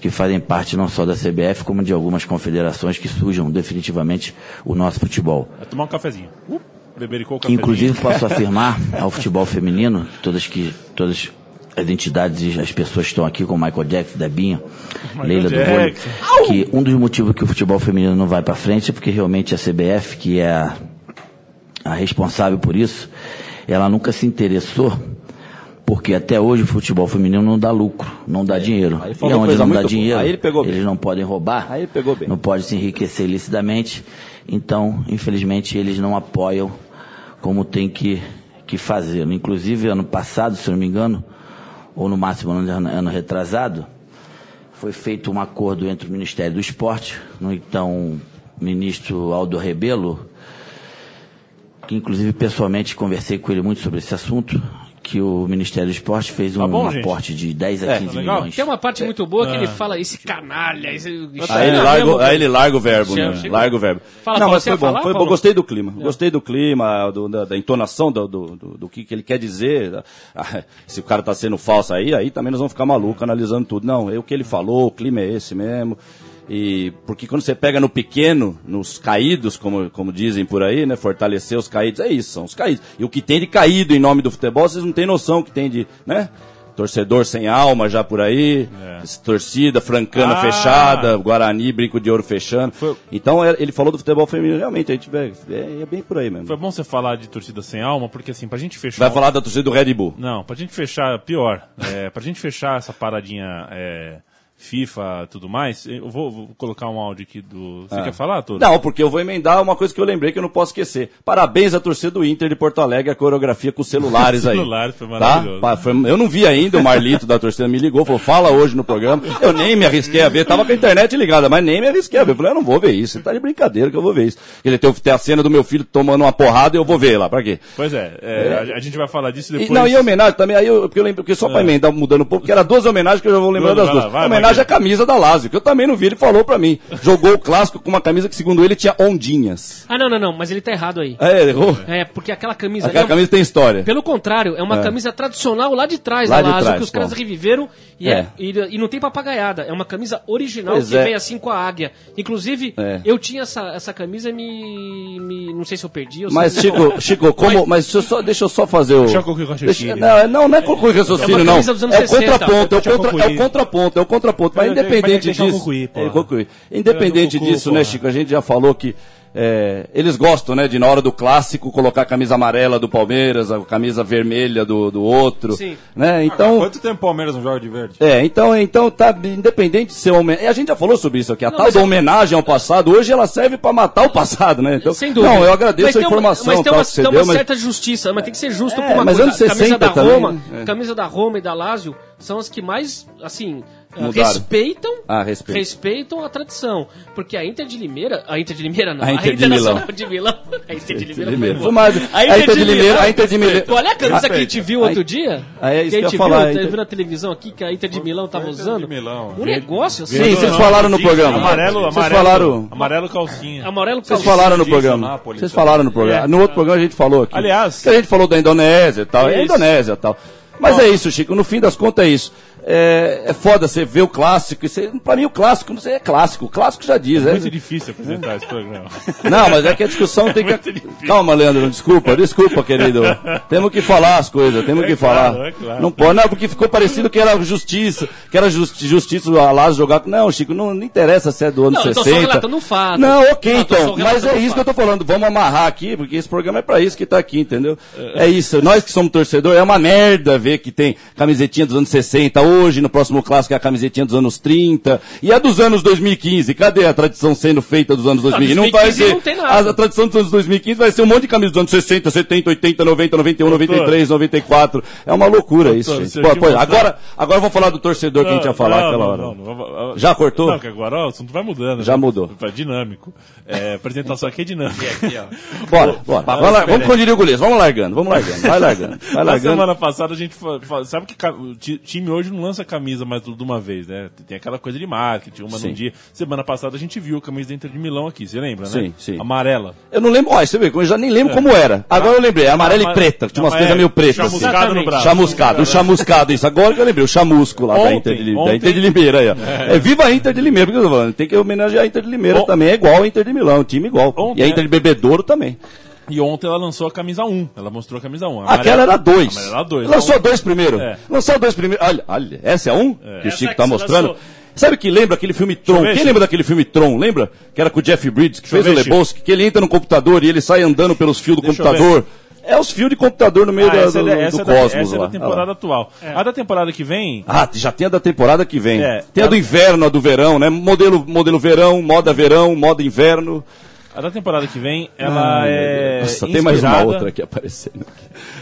[SPEAKER 9] que fazem parte não só da CBF, como de algumas confederações que sujam definitivamente o nosso futebol.
[SPEAKER 8] É tomar um cafezinho. Uh, bebericou o
[SPEAKER 9] Que
[SPEAKER 8] cafezinho.
[SPEAKER 9] inclusive posso afirmar ao futebol feminino, todas que todas as entidades e as pessoas que estão aqui, como Michael Jackson, Debinha, Leila do Vôlei,
[SPEAKER 8] Jackson.
[SPEAKER 9] que um dos motivos que o futebol feminino não vai para frente é porque realmente a CBF, que é a, a responsável por isso, ela nunca se interessou, porque até hoje o futebol feminino não dá lucro, não dá dinheiro.
[SPEAKER 3] É. aí ele
[SPEAKER 9] E é
[SPEAKER 3] falou
[SPEAKER 9] onde
[SPEAKER 3] coisa
[SPEAKER 9] não dá
[SPEAKER 3] muito boa.
[SPEAKER 9] dinheiro,
[SPEAKER 3] Aí ele pegou bem.
[SPEAKER 9] eles não podem roubar,
[SPEAKER 3] Aí ele pegou bem.
[SPEAKER 9] não pode se enriquecer ilicitamente. Então, infelizmente, eles não apoiam como tem que, que fazer. Inclusive, ano passado, se eu não me engano, ou no máximo ano, ano retrasado, foi feito um acordo entre o Ministério do Esporte, no então ministro Aldo Rebelo, que inclusive pessoalmente conversei com ele muito sobre esse assunto, que o Ministério do Esporte fez um
[SPEAKER 8] Tá bom, gente? É,
[SPEAKER 9] aporte de 10 a 15
[SPEAKER 8] legal?
[SPEAKER 9] milhões.
[SPEAKER 1] Tem uma parte muito boa
[SPEAKER 4] Ah.
[SPEAKER 1] que ele fala, esse canalha, esse...
[SPEAKER 3] Aí ele,
[SPEAKER 1] Não,
[SPEAKER 3] larga, o-
[SPEAKER 1] É, mesmo,
[SPEAKER 3] aí ele larga o verbo,
[SPEAKER 1] Chega,
[SPEAKER 3] né?
[SPEAKER 1] chega.
[SPEAKER 3] Larga o verbo.
[SPEAKER 1] Fala, um
[SPEAKER 3] não,
[SPEAKER 1] Paulo,
[SPEAKER 3] mas
[SPEAKER 1] você
[SPEAKER 3] foi
[SPEAKER 1] ia
[SPEAKER 3] bom,
[SPEAKER 1] falar,
[SPEAKER 3] foi bom.
[SPEAKER 1] Paulo?
[SPEAKER 3] Gostei do clima. Gostei do clima, do- da, da entonação do, do, do- do que, que ele quer dizer. Ah, Se o cara tá sendo falso aí, aí também nós vamos ficar malucos analisando tudo. Não, é o que ele falou, o clima é esse mesmo. E porque quando você pega no pequeno, nos caídos, como, como dizem por aí, né? Fortalecer os caídos, é isso, são os caídos. E o que tem de caído em nome do futebol, vocês não têm noção que tem de, né? Torcedor sem alma já por aí,
[SPEAKER 1] É.
[SPEAKER 3] torcida francana
[SPEAKER 8] Ah!
[SPEAKER 3] fechada, Guarani, brinco de ouro fechando. Então é- ele falou do futebol feminino, realmente, a gente vê, é, é bem por aí mesmo.
[SPEAKER 8] Foi bom você falar de torcida sem alma, porque assim, pra gente fechar.
[SPEAKER 3] Vai falar da torcida do Red Bull.
[SPEAKER 8] Não, pra gente fechar, pior. É, pra gente fechar essa paradinha é, FIFA e tudo mais, eu vou, vou colocar um áudio aqui do. Você quer falar, Todo?
[SPEAKER 3] Ah. Não, porque eu vou emendar uma coisa que eu lembrei que eu não posso esquecer. Parabéns à torcida do Inter de Porto Alegre, a coreografia com os celulares aí.
[SPEAKER 8] Celulares, foi
[SPEAKER 3] Tá?
[SPEAKER 8] maravilhoso.
[SPEAKER 3] Pa- foi- eu não vi ainda, o Marlito da torcida me ligou, falou, fala hoje no programa. Eu nem me arrisquei a ver, tava com a internet ligada, mas nem me arrisquei a ver. Eu falei, eu não vou ver isso, você tá de brincadeira que eu vou ver isso. Ele tem, tem a cena do meu filho tomando uma porrada e eu vou ver lá, pra quê?
[SPEAKER 8] Pois é, é, A, a gente vai falar disso
[SPEAKER 3] E,
[SPEAKER 8] depois. É.
[SPEAKER 3] não, e a homenagem também, aí eu, porque eu lembro, porque só pra emendar, mudando um pouco, porque era duas homenagens que eu já vou lembrar
[SPEAKER 8] Duas,
[SPEAKER 3] das
[SPEAKER 8] vai
[SPEAKER 3] duas.
[SPEAKER 8] lá, vai,
[SPEAKER 3] A homenagem
[SPEAKER 8] Maguila.
[SPEAKER 3] à camisa da Lazio, que eu também não vi, ele falou pra mim. Jogou o clássico com uma camisa que, segundo ele, tinha ondinhas.
[SPEAKER 1] Ah, não, não, não, mas ele tá errado aí.
[SPEAKER 3] É, ele errou?
[SPEAKER 1] É, porque aquela camisa...
[SPEAKER 3] Aquela
[SPEAKER 1] ali é-
[SPEAKER 3] camisa tem história.
[SPEAKER 1] Pelo contrário, é uma camisa tradicional lá de trás
[SPEAKER 3] Lá
[SPEAKER 1] da
[SPEAKER 3] de
[SPEAKER 1] Lazio,
[SPEAKER 3] trás,
[SPEAKER 1] que os
[SPEAKER 3] pô.
[SPEAKER 1] caras reviveram e, é-
[SPEAKER 3] É.
[SPEAKER 1] e, e não tem papagaiada. É uma camisa original
[SPEAKER 3] Pois
[SPEAKER 1] que
[SPEAKER 3] é.
[SPEAKER 1] vem assim com a águia. Inclusive,
[SPEAKER 3] É.
[SPEAKER 1] eu tinha essa, essa camisa e me, me. Não sei se eu perdi. ou se
[SPEAKER 3] Mas,
[SPEAKER 1] eu-
[SPEAKER 3] Chico, Chico, como. Mas deixa eu só, deixa eu só fazer o.
[SPEAKER 8] Deixa eu concluir o raciocínio.
[SPEAKER 3] Deixa- não, não, não é concluir o
[SPEAKER 1] É
[SPEAKER 3] raciocínio,
[SPEAKER 1] uma
[SPEAKER 3] não.
[SPEAKER 1] camisa dos anos
[SPEAKER 3] É o
[SPEAKER 1] 60.
[SPEAKER 3] contraponto, é o,
[SPEAKER 8] Deixa eu
[SPEAKER 3] contra, é
[SPEAKER 8] concluir.
[SPEAKER 3] o contraponto, é o contraponto. Mas
[SPEAKER 8] Não, deixa-
[SPEAKER 3] independente
[SPEAKER 8] deixa eu
[SPEAKER 3] disso.
[SPEAKER 8] concluir, porra.
[SPEAKER 3] é, concluir. Independente
[SPEAKER 8] Eu não concluo,
[SPEAKER 3] disso, né,
[SPEAKER 8] porra.
[SPEAKER 3] Chico? A gente já falou que. é, eles gostam, né, de na hora do clássico colocar a camisa amarela do Palmeiras, a camisa vermelha do, do outro.
[SPEAKER 1] Sim.
[SPEAKER 3] Né?
[SPEAKER 4] Há
[SPEAKER 3] Então.
[SPEAKER 4] Quanto tempo o Palmeiras não joga de verde?
[SPEAKER 3] É, então, então tá, independente de ser homenagem. A gente já falou sobre isso aqui. A tal
[SPEAKER 1] é um
[SPEAKER 3] da homenagem ao passado, hoje ela serve pra matar o passado, né? Então,
[SPEAKER 1] Sem dúvida.
[SPEAKER 3] Não, eu agradeço
[SPEAKER 1] Mas
[SPEAKER 3] a
[SPEAKER 1] tem uma-
[SPEAKER 3] informação
[SPEAKER 1] Mas tem
[SPEAKER 3] tal,
[SPEAKER 1] uma,
[SPEAKER 3] que você
[SPEAKER 1] tem uma
[SPEAKER 3] deu, mas-
[SPEAKER 1] certa justiça, mas tem que ser justo
[SPEAKER 3] É,
[SPEAKER 1] por uma
[SPEAKER 3] mas
[SPEAKER 1] coisa.
[SPEAKER 3] anos
[SPEAKER 1] a camisa
[SPEAKER 3] 60
[SPEAKER 1] da
[SPEAKER 3] também,
[SPEAKER 1] Roma,
[SPEAKER 3] né? É.
[SPEAKER 1] camisa da Roma e da Lazio são as que mais, assim, eh,
[SPEAKER 3] Mudaram.
[SPEAKER 1] respeitam,
[SPEAKER 3] Ah, respeito.
[SPEAKER 1] respeitam a tradição. Porque a Inter de Limeira, a Inter de Limeira não,
[SPEAKER 3] A Inter de
[SPEAKER 1] Internacional de Milão, a Inter de Limeira,
[SPEAKER 3] Limeira.
[SPEAKER 1] foi boa.
[SPEAKER 3] Mas a Inter de Limeira- a Inter de Limeira-
[SPEAKER 1] né? Olha a camisa que a gente viu outro
[SPEAKER 3] Aí-
[SPEAKER 1] dia,
[SPEAKER 3] aí é isso
[SPEAKER 1] a
[SPEAKER 3] que eu
[SPEAKER 1] gente
[SPEAKER 3] ia falar,
[SPEAKER 1] viu,
[SPEAKER 3] Inter-
[SPEAKER 1] viu na televisão aqui que a Inter de Milão tava
[SPEAKER 4] foi a Inter
[SPEAKER 1] usando.
[SPEAKER 4] de Milão.
[SPEAKER 1] Um negócio assim.
[SPEAKER 3] Sim, vocês falaram no programa.
[SPEAKER 8] Amarelo, amarelo.
[SPEAKER 3] Vocês falaram.
[SPEAKER 8] Amarelo calcinha.
[SPEAKER 1] Amarelo
[SPEAKER 3] Vocês
[SPEAKER 1] calcinha.
[SPEAKER 3] falaram no
[SPEAKER 4] Disso,
[SPEAKER 3] programa.
[SPEAKER 4] Nápoles,
[SPEAKER 3] Vocês
[SPEAKER 4] então.
[SPEAKER 3] falaram no programa.
[SPEAKER 8] É.
[SPEAKER 3] No outro programa a gente falou aqui.
[SPEAKER 8] Aliás-
[SPEAKER 3] Que a gente falou da Indonésia e tal. É a
[SPEAKER 8] Isso.
[SPEAKER 3] Indonésia e tal. Mas é isso, Chico. No fim das contas é isso. É, é foda você ver o clássico. e Você, pra mim, o clássico não sei, é clássico. O clássico já diz. É,
[SPEAKER 8] Muito difícil apresentar esse programa.
[SPEAKER 3] Não, mas é que a discussão tem que. Calma, Leandro, desculpa, desculpa, querido. Temos que falar as coisas, temos
[SPEAKER 8] É
[SPEAKER 3] que
[SPEAKER 8] claro,
[SPEAKER 3] falar.
[SPEAKER 8] é claro.
[SPEAKER 3] Não pode, não, porque ficou parecido que era justiça, que era justi justiça do Alásio jogar. com- Não, Chico, não, não interessa se é do ano
[SPEAKER 1] Não, eu tô só
[SPEAKER 3] 60.
[SPEAKER 1] relatando um fato.
[SPEAKER 3] Não, ok,
[SPEAKER 1] Não, eu tô só
[SPEAKER 3] então, mas é
[SPEAKER 1] relatando um
[SPEAKER 3] isso que eu tô falando. Vamos amarrar aqui, porque esse programa é pra isso que tá aqui, entendeu? É isso, nós que somos torcedor, é uma merda ver que tem camisetinha dos anos 60, ô hoje, no próximo clássico é a camisetinha dos anos 30. E a dos anos 2015, cadê a tradição sendo feita dos anos 2015? Não, vai
[SPEAKER 1] 2015
[SPEAKER 3] ser.
[SPEAKER 1] não tem nada.
[SPEAKER 3] A, a tradição dos anos 2015 vai ser um monte de camisa dos anos 60, 70, 80, 90, 91, 93, 94. É uma loucura isso,
[SPEAKER 8] Doutor,
[SPEAKER 3] gente.
[SPEAKER 8] se eu
[SPEAKER 3] Pô,
[SPEAKER 8] te
[SPEAKER 3] pô,
[SPEAKER 8] mostrar-
[SPEAKER 3] agora, agora vamos falar do torcedor que a gente ia falar
[SPEAKER 8] Ah, não,
[SPEAKER 3] aquela
[SPEAKER 8] não,
[SPEAKER 3] hora.
[SPEAKER 8] não, não, não, não.
[SPEAKER 3] Já cortou?
[SPEAKER 8] Não, que agora ó, o assunto vai mudando.
[SPEAKER 3] Já
[SPEAKER 8] né?
[SPEAKER 3] mudou.
[SPEAKER 8] Vai dinâmico. É, apresentação aqui é dinâmica.
[SPEAKER 3] Bora, bora. Vai lá, vamos com o Dirio Gulês, vamos largando, vamos largando, vai largando, vai
[SPEAKER 8] Na
[SPEAKER 3] largando.
[SPEAKER 8] semana passada a gente fa- fa- sabe que ca- o ti- time hoje não lança camisa mais tudo de uma vez, né? Tem aquela coisa de marketing, uma
[SPEAKER 3] Sim.
[SPEAKER 8] num dia. Semana passada a gente viu a camisa da Inter de Milão aqui, você lembra, né?
[SPEAKER 3] Sim, sim.
[SPEAKER 8] Amarela.
[SPEAKER 3] Eu não lembro, ó, você vê, eu já nem lembro como era. Agora eu lembrei, amarela e
[SPEAKER 8] Ama-
[SPEAKER 3] preta, tinha umas
[SPEAKER 8] ama-
[SPEAKER 3] coisas meio pretas. assim.
[SPEAKER 8] chamuscado no braço.
[SPEAKER 3] Chamuscado, o chamuscado, isso. Agora que eu lembrei, o chamusco lá da
[SPEAKER 8] Ontem,
[SPEAKER 3] Inter de, Li- da
[SPEAKER 8] ontem.
[SPEAKER 3] Inter de Limeira. Aí, ó. É. viva a Inter de Limeira, porque eu tô falando, tem que homenagear a Inter de Limeira
[SPEAKER 8] Bom.
[SPEAKER 3] também, é igual a Inter de Milão, um time igual.
[SPEAKER 8] Ontem, né?
[SPEAKER 3] e a Inter de Bebedouro também.
[SPEAKER 8] E ontem ela lançou a camisa 1. Ela mostrou a camisa 1. Amarela.
[SPEAKER 3] Aquela era dois.
[SPEAKER 8] Amarela era dois.
[SPEAKER 3] Lançou dois primeiro.
[SPEAKER 8] É.
[SPEAKER 3] Lançou dois primeiro. Olha, olha, essa é a um que o
[SPEAKER 8] Essa
[SPEAKER 3] Chico
[SPEAKER 8] que
[SPEAKER 3] tá
[SPEAKER 8] você
[SPEAKER 3] mostrando.
[SPEAKER 8] lançou.
[SPEAKER 3] Sabe que lembra aquele filme Tron?
[SPEAKER 8] ver,
[SPEAKER 3] Quem
[SPEAKER 8] Chico.
[SPEAKER 3] lembra daquele filme Tron? Lembra? Que era com o Jeff Bridges, que
[SPEAKER 8] eu
[SPEAKER 3] fez o
[SPEAKER 8] ver, Chico.
[SPEAKER 3] Lebowski, que ele entra no computador e ele sai andando pelos fios do
[SPEAKER 8] Deixa eu
[SPEAKER 3] computador. É os fios de computador no meio
[SPEAKER 8] Ah,
[SPEAKER 3] da-
[SPEAKER 8] essa é
[SPEAKER 3] do,
[SPEAKER 8] da-
[SPEAKER 3] do
[SPEAKER 8] essa é da-
[SPEAKER 3] cosmos
[SPEAKER 8] Essa é
[SPEAKER 3] lá.
[SPEAKER 8] da temporada atual.
[SPEAKER 4] É.
[SPEAKER 8] A da temporada que vem,
[SPEAKER 3] Ah, já tem a da temporada que vem.
[SPEAKER 8] É.
[SPEAKER 3] tem a do inverno, a do verão, né? Modelo, modelo verão, moda verão, moda inverno.
[SPEAKER 8] a da temporada que vem, ela
[SPEAKER 3] Ai, meu
[SPEAKER 8] é
[SPEAKER 3] Deus. Nossa,
[SPEAKER 8] inspirada,
[SPEAKER 3] tem mais uma outra aqui aparecendo.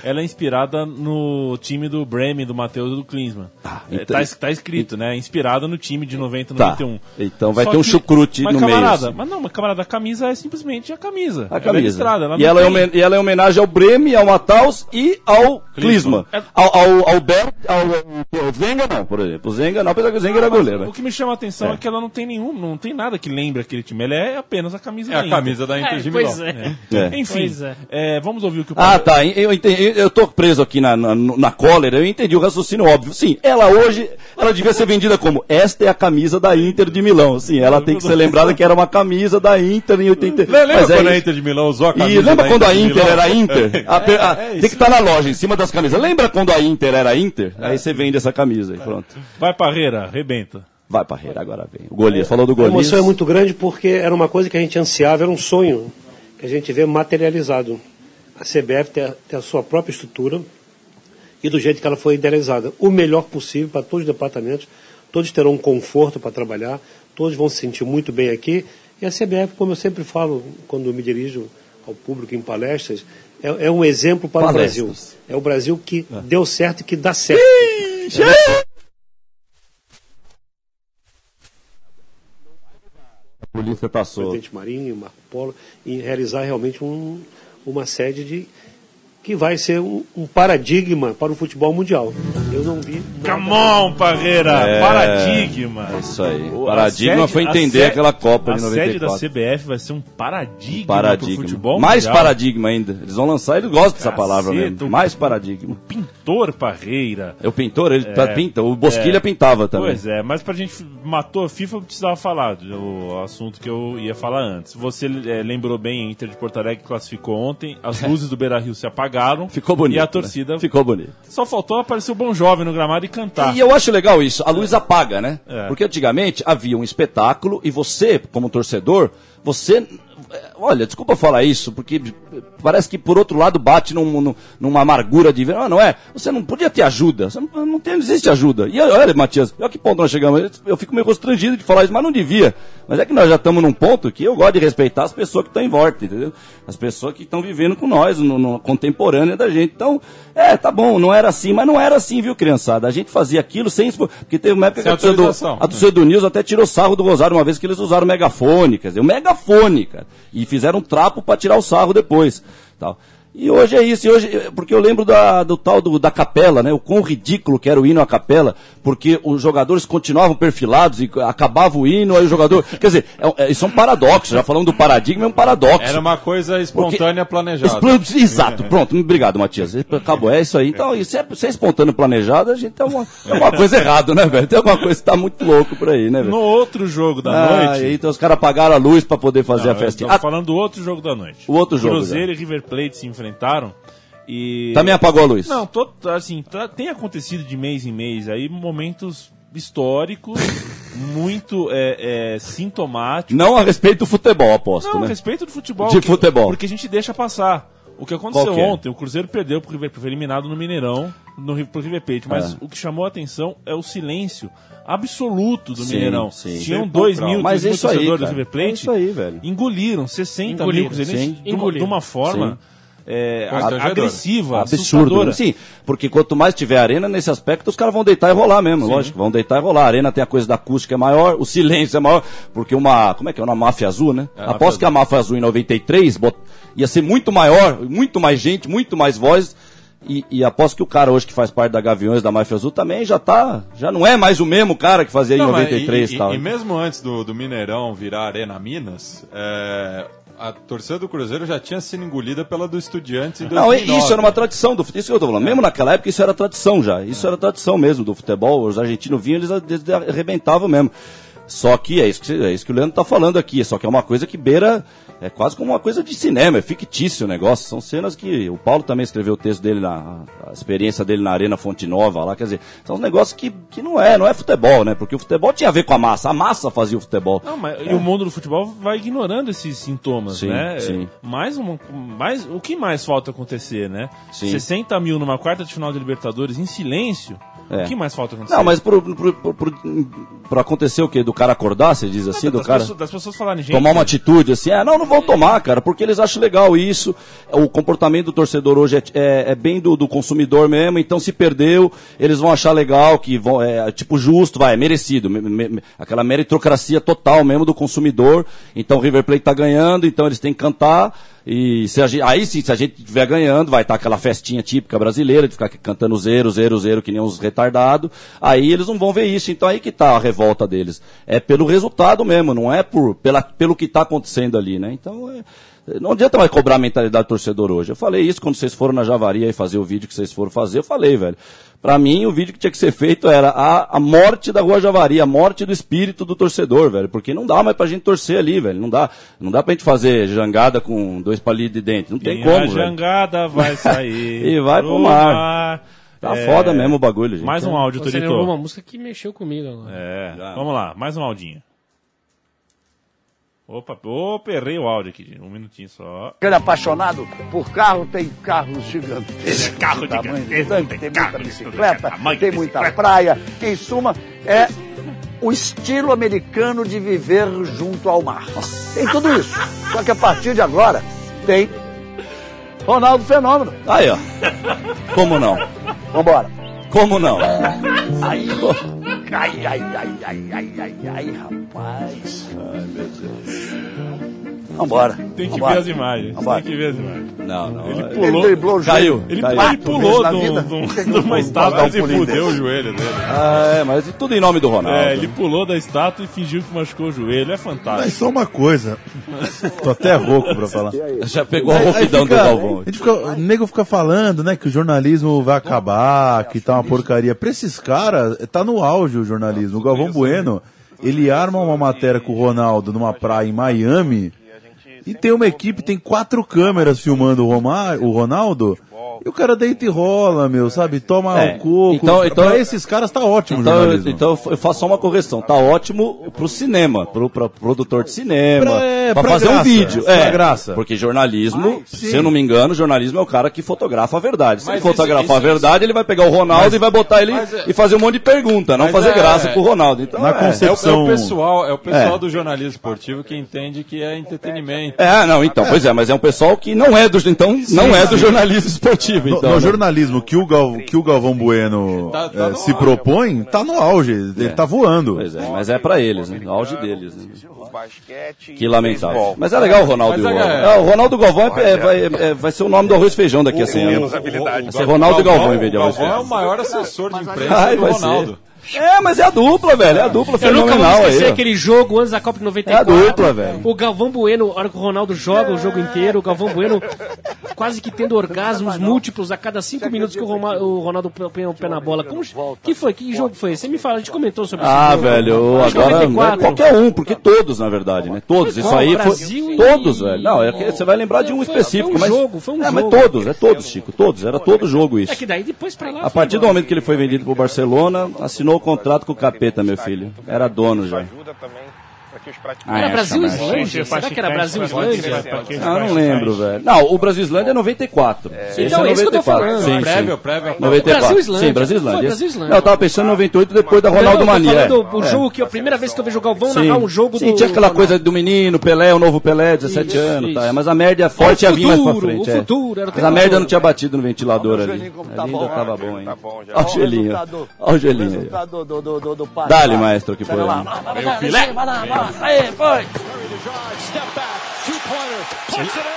[SPEAKER 8] Ela é inspirada no time do Bremen, do Matheus e do Klinsmann.
[SPEAKER 3] Ah,
[SPEAKER 8] É,
[SPEAKER 3] então-
[SPEAKER 8] tá, es- tá escrito, né? Inspirada no time de 90
[SPEAKER 3] Tá.
[SPEAKER 8] 91.
[SPEAKER 3] Então vai ter um chucrute
[SPEAKER 8] mas
[SPEAKER 3] no meio,
[SPEAKER 8] camarada,
[SPEAKER 3] assim.
[SPEAKER 8] Mas não, mas camarada, a camisa é simplesmente a camisa. Ela
[SPEAKER 3] A
[SPEAKER 8] é
[SPEAKER 3] camisa.
[SPEAKER 8] listrada, ela
[SPEAKER 3] e,
[SPEAKER 8] não
[SPEAKER 3] ela é
[SPEAKER 8] tem-
[SPEAKER 3] homen- e ela é homenagem ao Breme, ao Mataus e ao Klisman.
[SPEAKER 8] É-
[SPEAKER 3] Ao, ao, ao Bert, ao, ao Zenga não, por exemplo. O Zenga não, apesar que o Zenga era goleiro. né?
[SPEAKER 8] O que me chama a atenção é. que ela não tem nenhum, não tem nada que lembre aquele time. Ela é apenas a camisa
[SPEAKER 4] É a
[SPEAKER 8] da
[SPEAKER 4] camisa da Inter
[SPEAKER 1] É,
[SPEAKER 4] de Milão.
[SPEAKER 1] pois é.
[SPEAKER 3] né? É.
[SPEAKER 8] Enfim,
[SPEAKER 1] Pois é.
[SPEAKER 8] é, vamos ouvir o que o
[SPEAKER 3] Ah, tá. Eu, entendi, eu tô preso aqui na, na, na cólera. Eu entendi o raciocínio óbvio. Sim, ela hoje, ela devia ser vendida como esta é a camisa da Inter de Milão. Sim, ela tem que ser lembrada que era uma camisa da Inter em 80.
[SPEAKER 4] Lembra
[SPEAKER 3] Mas é
[SPEAKER 4] quando a
[SPEAKER 3] isso.
[SPEAKER 4] Inter de Milão usou a camisa
[SPEAKER 3] E lembra
[SPEAKER 4] da
[SPEAKER 3] quando a
[SPEAKER 4] de
[SPEAKER 3] Inter
[SPEAKER 4] Milão?
[SPEAKER 3] era Inter? A pe- a- tem que estar na loja, em cima das camisas. Lembra quando a Inter era Inter? Aí você vende essa camisa e pronto.
[SPEAKER 8] Vai Parreira, arrebenta.
[SPEAKER 3] Vai, Parreira, agora vem. O Golias, falou do
[SPEAKER 10] A
[SPEAKER 3] Golias.
[SPEAKER 10] emoção é muito grande porque era uma coisa que a gente ansiava, era um sonho que a gente vê materializado. A CBF tem a, tem a sua própria estrutura e do jeito que ela foi idealizada. O melhor possível para todos os departamentos, todos terão um conforto para trabalhar, todos vão se sentir muito bem aqui. E a CBF, como eu sempre falo quando me dirijo ao público em palestras, é, é um exemplo para
[SPEAKER 3] Palestras.
[SPEAKER 10] o Brasil. É o Brasil que deu certo e que dá certo.
[SPEAKER 3] A polícia passou.
[SPEAKER 10] presidente Marinho, Marco Polo, e realizar realmente um- uma sede de que vai ser um, um paradigma para o futebol mundial. Eu não vi. nada-
[SPEAKER 8] Come on, Parreira! Paradigma!
[SPEAKER 3] É Isso aí.
[SPEAKER 8] É. O-
[SPEAKER 3] Paradigma
[SPEAKER 8] a sede- a
[SPEAKER 3] foi entender
[SPEAKER 8] sede-
[SPEAKER 3] aquela Copa
[SPEAKER 8] a
[SPEAKER 3] de
[SPEAKER 8] A
[SPEAKER 3] 94.
[SPEAKER 8] sede da CBF vai ser um paradigma,
[SPEAKER 3] Paradigma.
[SPEAKER 8] pro futebol É,
[SPEAKER 3] Mais
[SPEAKER 8] mundial.
[SPEAKER 3] paradigma ainda. Eles vão lançar, eles gostam dessa
[SPEAKER 8] Caceta,
[SPEAKER 3] palavra mesmo.
[SPEAKER 8] o-
[SPEAKER 3] Mais paradigma.
[SPEAKER 8] Pintor Parreira.
[SPEAKER 3] É o pintor, ele tá- pinta. O Bosquilha
[SPEAKER 8] é.
[SPEAKER 3] pintava também.
[SPEAKER 8] Pois é, mas pra gente matou a FIFA, eu precisava falar do assunto que eu ia falar antes. Você eh, lembrou bem, a Inter de Porto Alegre classificou ontem, as luzes do Beira-Rio se apagaram.
[SPEAKER 3] Ficou bonito.
[SPEAKER 8] E a
[SPEAKER 3] né?
[SPEAKER 8] torcida...
[SPEAKER 3] Ficou bonito.
[SPEAKER 8] Só faltou aparecer o Bom Jovem no gramado e cantar.
[SPEAKER 3] E eu acho legal isso, a luz apaga, né?
[SPEAKER 8] É.
[SPEAKER 3] Porque antigamente havia um espetáculo e você, como torcedor, você. é, Olha, desculpa falar isso, porque parece que por outro lado bate num- num- numa amargura de. Ah, não é? Você não podia ter ajuda. Você não, não, tem, não existe ajuda. E olha, Matias, olha que ponto nós chegamos. Eu fico meio constrangido de falar isso, mas não devia. Mas é que nós já estamos num ponto que eu gosto de respeitar as pessoas que estão em volta, entendeu? As pessoas que estão vivendo com nós, no, no- contemporânea da gente. Então, é, tá bom, não era assim, mas não era assim, viu, criançada? A gente fazia aquilo sem. expo- Porque teve uma época que
[SPEAKER 4] Sem
[SPEAKER 3] a torcida do-
[SPEAKER 4] autorização.
[SPEAKER 3] a torcida do News até tirou sarro do Rosário uma vez que eles usaram megafone, né, quer dizer, o megafone, cara. é E fizeram um trapo pra tirar o sarro depois. Tal. E hoje é isso, e hoje, porque eu lembro da, do tal do, da capela, né? O quão ridículo que era o hino à capela, porque os jogadores continuavam perfilados e acabava o hino, aí o jogador. Quer dizer, é- é- isso é um paradoxo, já falando do paradigma, é um paradoxo.
[SPEAKER 4] Era uma coisa
[SPEAKER 3] Porque-
[SPEAKER 4] espontânea planejada.
[SPEAKER 3] Expl- Exato, pronto, obrigado, Matias. Acabou, é isso aí. Então, isso é, isso é espontâneo planejado, a gente é uma, é uma coisa errada, né, velho? Tem alguma coisa que tá muito louco por aí, né, velho?
[SPEAKER 8] No outro jogo da
[SPEAKER 3] Ah,
[SPEAKER 8] noite...
[SPEAKER 3] Então os caras apagaram a luz pra poder fazer a
[SPEAKER 8] Não,
[SPEAKER 3] festa.
[SPEAKER 8] eu tô
[SPEAKER 3] Ah,
[SPEAKER 8] falando do outro jogo da noite.
[SPEAKER 3] O outro jogo, né? Tá
[SPEAKER 8] Cruzeiro e River Plate se enfrentaram e.
[SPEAKER 3] também apagou a luz.
[SPEAKER 8] Não, tô, assim, tá- tem acontecido de mês em mês aí momentos históricos, muito é, é, sintomáticos.
[SPEAKER 3] Não a respeito do futebol, aposto,
[SPEAKER 8] Não, a
[SPEAKER 3] né?
[SPEAKER 8] respeito do futebol.
[SPEAKER 3] De
[SPEAKER 8] que-
[SPEAKER 3] futebol.
[SPEAKER 8] Porque a gente deixa passar. O que aconteceu
[SPEAKER 3] Qual que é?
[SPEAKER 8] ontem, o Cruzeiro perdeu pro River Plate, foi eliminado no Mineirão. no, Ri- pro River Plate, mas
[SPEAKER 3] É.
[SPEAKER 8] o que chamou a atenção é o silêncio absoluto do
[SPEAKER 3] Sim,
[SPEAKER 8] Mineirão.
[SPEAKER 3] sim.
[SPEAKER 8] Tinham
[SPEAKER 3] Sim,
[SPEAKER 8] 2
[SPEAKER 3] pô,
[SPEAKER 8] mil,
[SPEAKER 3] mas
[SPEAKER 8] 3
[SPEAKER 3] é
[SPEAKER 8] mil
[SPEAKER 3] isso aí,
[SPEAKER 8] torcedores do
[SPEAKER 3] cara.
[SPEAKER 8] River Plate.
[SPEAKER 3] É isso aí, velho.
[SPEAKER 8] Engoliram 60
[SPEAKER 3] Engoliram,
[SPEAKER 8] mil cruzeirenses
[SPEAKER 3] sim.
[SPEAKER 8] de, uma- de uma forma é, a-
[SPEAKER 3] Constrangedora.
[SPEAKER 8] agressiva,
[SPEAKER 3] absurdo.
[SPEAKER 8] é assustadora.
[SPEAKER 3] né? Sim, porque quanto mais tiver arena nesse aspecto, os caras vão deitar e rolar mesmo, lógico, vão deitar e rolar. A arena tem a coisa da acústica é maior, o silêncio é maior, porque uma, como é que é, uma máfia azul, né?
[SPEAKER 8] É, máfia
[SPEAKER 3] Aposto que a máfia azul em 93 bot- ia ser muito maior, muito mais gente, muito mais voz. E, e aposto que o cara hoje que faz parte da Gaviões da Máfia Azul também já tá, já não é mais o mesmo cara que fazia
[SPEAKER 4] Não,
[SPEAKER 3] em
[SPEAKER 4] mas
[SPEAKER 3] 93
[SPEAKER 4] e,
[SPEAKER 3] e tal.
[SPEAKER 4] e mesmo antes do, do Mineirão virar Arena Minas, é, a torcida do Cruzeiro já tinha sido engolida pela do Estudiantes em
[SPEAKER 3] Não,
[SPEAKER 4] 2009.
[SPEAKER 3] isso era uma tradição do futebol. Isso que eu tô falando. Mesmo naquela época, isso era tradição já. Isso era tradição mesmo do futebol. Os argentinos vinham, eles, eles arrebentavam mesmo. Só que é isso que, você- é isso que o Leandro tá falando aqui. Só que é uma coisa que beira. É quase como uma coisa de cinema, é fictício o negócio. São cenas que. O Paulo também escreveu o texto dele na. A experiência dele na Arena Fonte Nova lá. Quer dizer, são uns negócios que, que não é, não é futebol, né? Porque o futebol tinha a ver com a massa. A massa fazia o futebol.
[SPEAKER 8] Não, mas e o mundo do futebol vai ignorando esses sintomas,
[SPEAKER 3] É. Sim,
[SPEAKER 8] né?
[SPEAKER 3] sim.
[SPEAKER 8] Mais uma, mais, o que mais falta acontecer, né?
[SPEAKER 3] Sim.
[SPEAKER 8] 60 mil numa quarta de final de Libertadores em silêncio.
[SPEAKER 3] É.
[SPEAKER 8] O que mais falta acontecer?
[SPEAKER 3] Não, mas pro, pro, pro, pro- pro acontecer o quê? Do cara acordar, você diz assim?
[SPEAKER 8] das,
[SPEAKER 3] do
[SPEAKER 8] é
[SPEAKER 3] cara.
[SPEAKER 8] pessoas, das pessoas falarem, gente.
[SPEAKER 3] tomar uma atitude assim, ah, não, não vão tomar, cara, porque eles acham legal isso. O comportamento do torcedor hoje é, é- é bem do, do consumidor mesmo, então se perdeu, eles vão achar legal, que vão, é tipo justo, vai, é merecido. me- me- me- aquela meritocracia total mesmo do consumidor. Então o River Plate tá ganhando, então eles têm que cantar. E se a gente, aí sim, se a gente estiver ganhando, vai estar aquela festinha típica brasileira de ficar aqui cantando zero, zero, zero, que nem uns retardados. Aí eles não vão ver isso. Então aí que tá a revolta deles. É pelo resultado mesmo, não é por, pela, pelo que tá acontecendo ali, né? Então é, não adianta mais cobrar a mentalidade do torcedor hoje. Eu falei isso quando vocês foram na Javaria e fazer o vídeo que vocês foram fazer, eu falei, velho. Pra mim, o vídeo que tinha que ser feito era a, a morte da Rua Javari, a morte do espírito do torcedor, velho. Porque não dá mais pra gente torcer ali, velho. Não dá, não dá pra gente fazer jangada com dois palilhos de dente. Não tem
[SPEAKER 8] Quem
[SPEAKER 3] como,
[SPEAKER 8] a
[SPEAKER 3] velho.
[SPEAKER 8] jangada vai sair.
[SPEAKER 3] E vai pro mar. Tá
[SPEAKER 8] É.
[SPEAKER 3] foda mesmo o bagulho, gente. né?
[SPEAKER 8] Mais um áudio,
[SPEAKER 1] Né? Você
[SPEAKER 8] Torito.
[SPEAKER 1] lembrou uma música que mexeu comigo agora.
[SPEAKER 8] É, vamos lá, mais um áudinho. Opa, opa, errei o áudio aqui, gente. um minutinho só.
[SPEAKER 11] Aquele apaixonado por carro tem carros gigantescos.
[SPEAKER 8] Carro
[SPEAKER 11] tamanho
[SPEAKER 8] gigantesco,
[SPEAKER 11] tanque,
[SPEAKER 8] tem
[SPEAKER 11] tem
[SPEAKER 8] carro
[SPEAKER 11] muita
[SPEAKER 8] de é
[SPEAKER 11] bicicleta,
[SPEAKER 8] tamanho de
[SPEAKER 11] tem muita
[SPEAKER 8] bicicleta.
[SPEAKER 11] praia, que em suma é o estilo americano de viver junto ao mar. Tem tudo isso. Só que a partir de agora tem Ronaldo Fenômeno.
[SPEAKER 3] Aí, ó. Como não?
[SPEAKER 11] Vambora.
[SPEAKER 3] Como não?
[SPEAKER 11] Ai, ai, ai, ai, ai, ai, ai, ai, rapaz. Ai, meu Deus. Vambora.
[SPEAKER 8] Tem que
[SPEAKER 11] vambora.
[SPEAKER 8] ver as imagens,
[SPEAKER 11] Vambora.
[SPEAKER 8] tem que ver as imagens.
[SPEAKER 3] Não, não.
[SPEAKER 8] Ele
[SPEAKER 3] é-
[SPEAKER 8] pulou,
[SPEAKER 11] Ele driblou o
[SPEAKER 3] Caiu.
[SPEAKER 11] joelho.
[SPEAKER 8] ele,
[SPEAKER 3] caiu.
[SPEAKER 8] ele pulou
[SPEAKER 11] na
[SPEAKER 8] de um-
[SPEAKER 11] vida?
[SPEAKER 8] de um- de uma estátua
[SPEAKER 4] Quase
[SPEAKER 3] é
[SPEAKER 8] e fudeu.
[SPEAKER 4] fudeu o joelho dele.
[SPEAKER 3] Ah, é, mas e tudo em nome do Ronaldo.
[SPEAKER 8] É, ele pulou da estátua e fingiu que machucou o joelho. É
[SPEAKER 2] Mas
[SPEAKER 8] fantástico.
[SPEAKER 2] só uma coisa. Tô até rouco pra falar.
[SPEAKER 3] Já pegou a
[SPEAKER 2] Aí- aí
[SPEAKER 3] rouquidão do
[SPEAKER 2] fica-
[SPEAKER 3] Galvão.
[SPEAKER 2] a gente
[SPEAKER 4] É
[SPEAKER 2] fica- o nego fica falando, né, que o jornalismo vai
[SPEAKER 4] é
[SPEAKER 2] acabar, que tá uma porcaria. Pra esses caras, tá no auge o jornalismo. O Galvão Bueno, ele arma uma matéria com o Ronaldo numa praia em Miami e tem uma equipe, tem quatro câmeras filmando o, Romar,
[SPEAKER 4] é
[SPEAKER 2] o Ronaldo e o cara deita e rola, meu, sabe? Toma
[SPEAKER 3] É,
[SPEAKER 2] o coco.
[SPEAKER 3] então- então-
[SPEAKER 2] pra esses caras tá ótimo o
[SPEAKER 3] Então, eu-
[SPEAKER 2] jornalismo.
[SPEAKER 3] então eu f- eu faço só uma correção. Tá ótimo pro cinema, pro, pro produtor de cinema,
[SPEAKER 2] Pra- é,
[SPEAKER 3] pra,
[SPEAKER 2] pra
[SPEAKER 3] fazer um
[SPEAKER 2] graça,
[SPEAKER 3] vídeo.
[SPEAKER 2] pra graça.
[SPEAKER 3] Porque jornalismo,
[SPEAKER 2] sim.
[SPEAKER 3] se eu não me engano, jornalismo é o cara que fotografa a verdade. Se
[SPEAKER 4] Mas
[SPEAKER 3] ele fotografar
[SPEAKER 4] isso- isso-
[SPEAKER 3] a verdade, ele vai pegar o Ronaldo e vai botar ele
[SPEAKER 4] mas é-
[SPEAKER 3] e fazer um monte de pergunta, não
[SPEAKER 4] mas
[SPEAKER 3] fazer
[SPEAKER 4] é-
[SPEAKER 3] graça pro Ronaldo. Então,
[SPEAKER 2] Na
[SPEAKER 3] é,
[SPEAKER 4] É o, é
[SPEAKER 2] concepção.
[SPEAKER 4] o pessoal, é o pessoal
[SPEAKER 3] É.
[SPEAKER 4] do jornalismo esportivo que entende que é entretenimento.
[SPEAKER 3] é, não, então, pois é, mas é um pessoal que não é do, então, não é do jornalismo esportivo,
[SPEAKER 2] No,
[SPEAKER 3] então.
[SPEAKER 2] no
[SPEAKER 3] né?
[SPEAKER 2] jornalismo que o, Gal, que o Galvão Bueno
[SPEAKER 4] Tá- tá
[SPEAKER 2] eh,
[SPEAKER 4] no
[SPEAKER 2] se
[SPEAKER 4] auge. né?
[SPEAKER 2] propõe, tá no auge, ele tá voando.
[SPEAKER 3] Pois é, mas é pra eles, né? No auge deles, né?
[SPEAKER 6] O basquete.
[SPEAKER 3] Que lamentável. Mas é legal o Ronaldo
[SPEAKER 4] Mas
[SPEAKER 3] e o
[SPEAKER 4] é-
[SPEAKER 3] Galvão. É, o Ronaldo Galvão é- é- vai, é- vai ser o nome do arroz e feijão daqui a 100 anos.
[SPEAKER 4] habilidade.
[SPEAKER 3] Vai ser Ronaldo e Galvão em vez de arroz e
[SPEAKER 4] Galvão é o
[SPEAKER 3] feijão.
[SPEAKER 4] maior assessor de imprensa
[SPEAKER 3] Ai,
[SPEAKER 4] do
[SPEAKER 3] vai
[SPEAKER 4] Ronaldo.
[SPEAKER 3] ser. É, mas é a dupla, velho. É a dupla
[SPEAKER 1] Eu nunca vou
[SPEAKER 3] fenomenal
[SPEAKER 1] esquecer
[SPEAKER 3] aí. ó.
[SPEAKER 1] aquele jogo antes da Copa de 94.
[SPEAKER 3] É a dupla, velho.
[SPEAKER 1] O Galvão Bueno, a hora que o Ronaldo joga o jogo inteiro, o Galvão Bueno quase que tendo orgasmos múltiplos a cada cinco minutos que o, Roma- o Ronaldo põe o pé na bola. Como, que foi? Que jogo foi? Você me fala, a gente comentou sobre esse
[SPEAKER 3] Ah,
[SPEAKER 1] jogo.
[SPEAKER 3] velho, eu-
[SPEAKER 1] Acho que
[SPEAKER 3] agora né,
[SPEAKER 1] 94.
[SPEAKER 3] qualquer um, porque todos, na verdade, né? Todos, isso
[SPEAKER 1] Qual?
[SPEAKER 3] aí
[SPEAKER 1] Brasil
[SPEAKER 3] foi.
[SPEAKER 1] e-
[SPEAKER 3] Todos, velho. Não, é que você vai lembrar de um
[SPEAKER 1] Foi- foi
[SPEAKER 3] específico,
[SPEAKER 1] um
[SPEAKER 3] mas.
[SPEAKER 1] jogo, foi um
[SPEAKER 3] É, mas
[SPEAKER 1] jogo.
[SPEAKER 3] todos, é todos, Chico, todos. Era todo jogo isso.
[SPEAKER 1] É que daí depois pra lá.
[SPEAKER 3] A partir do momento que ele foi vendido pro Barcelona, assinou o contrato com o Capeta, meu filho. Era dono já.
[SPEAKER 6] Ajuda também. pra que os praticantes.
[SPEAKER 3] Ah, é, sacanagem.
[SPEAKER 1] Será que era Brasil e Islândia?
[SPEAKER 3] Ah, não lembro, velho. Não, o Brasil e Islândia é 94. Esse
[SPEAKER 1] Então, é isso que eu tô falando.
[SPEAKER 3] Sim,
[SPEAKER 1] Prévio, é
[SPEAKER 3] sim.
[SPEAKER 1] prévio.
[SPEAKER 3] 94.
[SPEAKER 1] Brasil e Islândia.
[SPEAKER 3] Sim, Brasil e
[SPEAKER 1] Foi
[SPEAKER 3] Islândia.
[SPEAKER 1] Brasil e Islândia.
[SPEAKER 3] Não, eu tava pensando em 98 depois da Ronaldo Mania.
[SPEAKER 1] Eu tô
[SPEAKER 3] é.
[SPEAKER 1] falando o
[SPEAKER 3] É.
[SPEAKER 1] jogo que é a primeira vez que eu vejo jogar o Vão
[SPEAKER 3] Sim.
[SPEAKER 1] narrar um jogo
[SPEAKER 3] Sim,
[SPEAKER 1] do
[SPEAKER 3] tinha aquela coisa do menino, Pelé, o novo Pelé, 17
[SPEAKER 1] Isso,
[SPEAKER 3] anos,
[SPEAKER 1] isso.
[SPEAKER 3] tá? mas a merda forte
[SPEAKER 1] O
[SPEAKER 3] ia vir mais pra
[SPEAKER 1] futuro,
[SPEAKER 3] frente.
[SPEAKER 1] o
[SPEAKER 3] é.
[SPEAKER 1] futuro, era o
[SPEAKER 3] mas
[SPEAKER 1] tempo
[SPEAKER 3] a merda
[SPEAKER 1] todo.
[SPEAKER 3] não tinha batido no ventilador ali. Ali
[SPEAKER 11] como
[SPEAKER 3] ainda
[SPEAKER 11] tá bom,
[SPEAKER 3] tava
[SPEAKER 11] né,
[SPEAKER 3] bom, hein?
[SPEAKER 11] já.
[SPEAKER 3] Olha o
[SPEAKER 11] Ó, o
[SPEAKER 3] gelinho.
[SPEAKER 11] resultado.
[SPEAKER 3] Olha o
[SPEAKER 11] O
[SPEAKER 3] gelinho aí.
[SPEAKER 11] resultado do, do, do, do Pará.
[SPEAKER 3] Dá-lhe, maestro, que foi.
[SPEAKER 11] Vai lá, vai lá, vai lá, vai lá, vai lá. Aí, foi.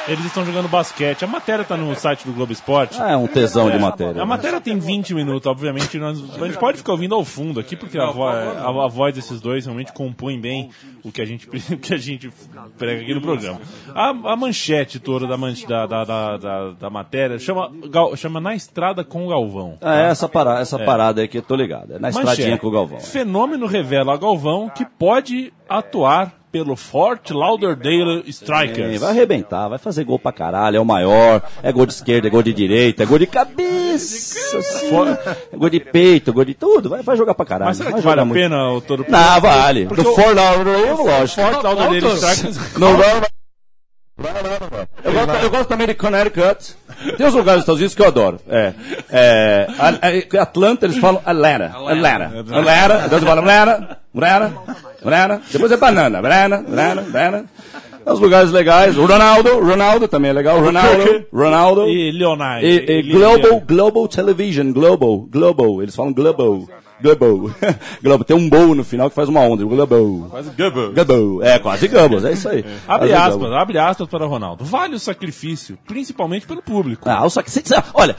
[SPEAKER 8] Eles estão jogando basquete. A matéria tá no site do Globo Esporte.
[SPEAKER 3] Ah, é um tesão de matéria.
[SPEAKER 8] A matéria tem 20 minutos, obviamente. Nós, a gente pode ficar ouvindo ao fundo aqui, porque a, vo- a- a voz desses dois realmente compõe bem o que a gente, o que a gente prega aqui no programa. A, a manchete toda da, manche- da, da, da, da- da matéria chama, Gal- chama Na Estrada com o Galvão.
[SPEAKER 3] Ah, é essa parada, essa
[SPEAKER 8] É.
[SPEAKER 3] parada aí que eu tô ligado. É na estradinha com o Galvão.
[SPEAKER 8] Fenômeno revela a Galvão que pode atuar pelo Fort Lauderdale Strikers.
[SPEAKER 3] É, vai arrebentar, vai fazer gol pra caralho, é o maior, é gol de esquerda, é gol de direita, é gol de cabeça, assim, é gol de peito, gol de tudo, vai, vai jogar pra caralho.
[SPEAKER 8] Mas será
[SPEAKER 3] vai
[SPEAKER 8] que vale
[SPEAKER 3] jogar
[SPEAKER 8] a
[SPEAKER 3] muito.
[SPEAKER 8] pena o todo
[SPEAKER 3] Não, vale.
[SPEAKER 8] Porque
[SPEAKER 3] Do
[SPEAKER 8] o-
[SPEAKER 3] Fort Lauderdale, lógico.
[SPEAKER 8] Fort Lauderdale
[SPEAKER 3] Todos.
[SPEAKER 8] Strikers.
[SPEAKER 3] Não vai, vai. Eu gosto, eu gosto também de Connecticut. Tem uns lugares nos Estados Unidos que eu adoro. É. É, a- a- Atlanta, eles falam Atlanta. Atlanta. Atlanta. Então eles falam Atlanta, Atlanta, Atlanta. Depois é banana. Atlanta, Atlanta, Atlanta. É uns lugares legais. Ronaldo, Ronaldo também é legal. Ronaldo, Ronaldo.
[SPEAKER 8] E Leonardo.
[SPEAKER 3] E, e Global, Global Television, Global, Global. Eles falam Global. Global. Global. Tem um bowl no final que faz uma onda. Global.
[SPEAKER 4] Quase Gubble.
[SPEAKER 3] Gubble. É, quase Gubbles, é isso aí.
[SPEAKER 8] Abre
[SPEAKER 3] Quase
[SPEAKER 8] aspas,
[SPEAKER 3] Gubbles.
[SPEAKER 8] abre aspas para Ronaldo. Vale o sacrifício, principalmente pelo público.
[SPEAKER 3] Ah, o sac... cê- cê- Olha,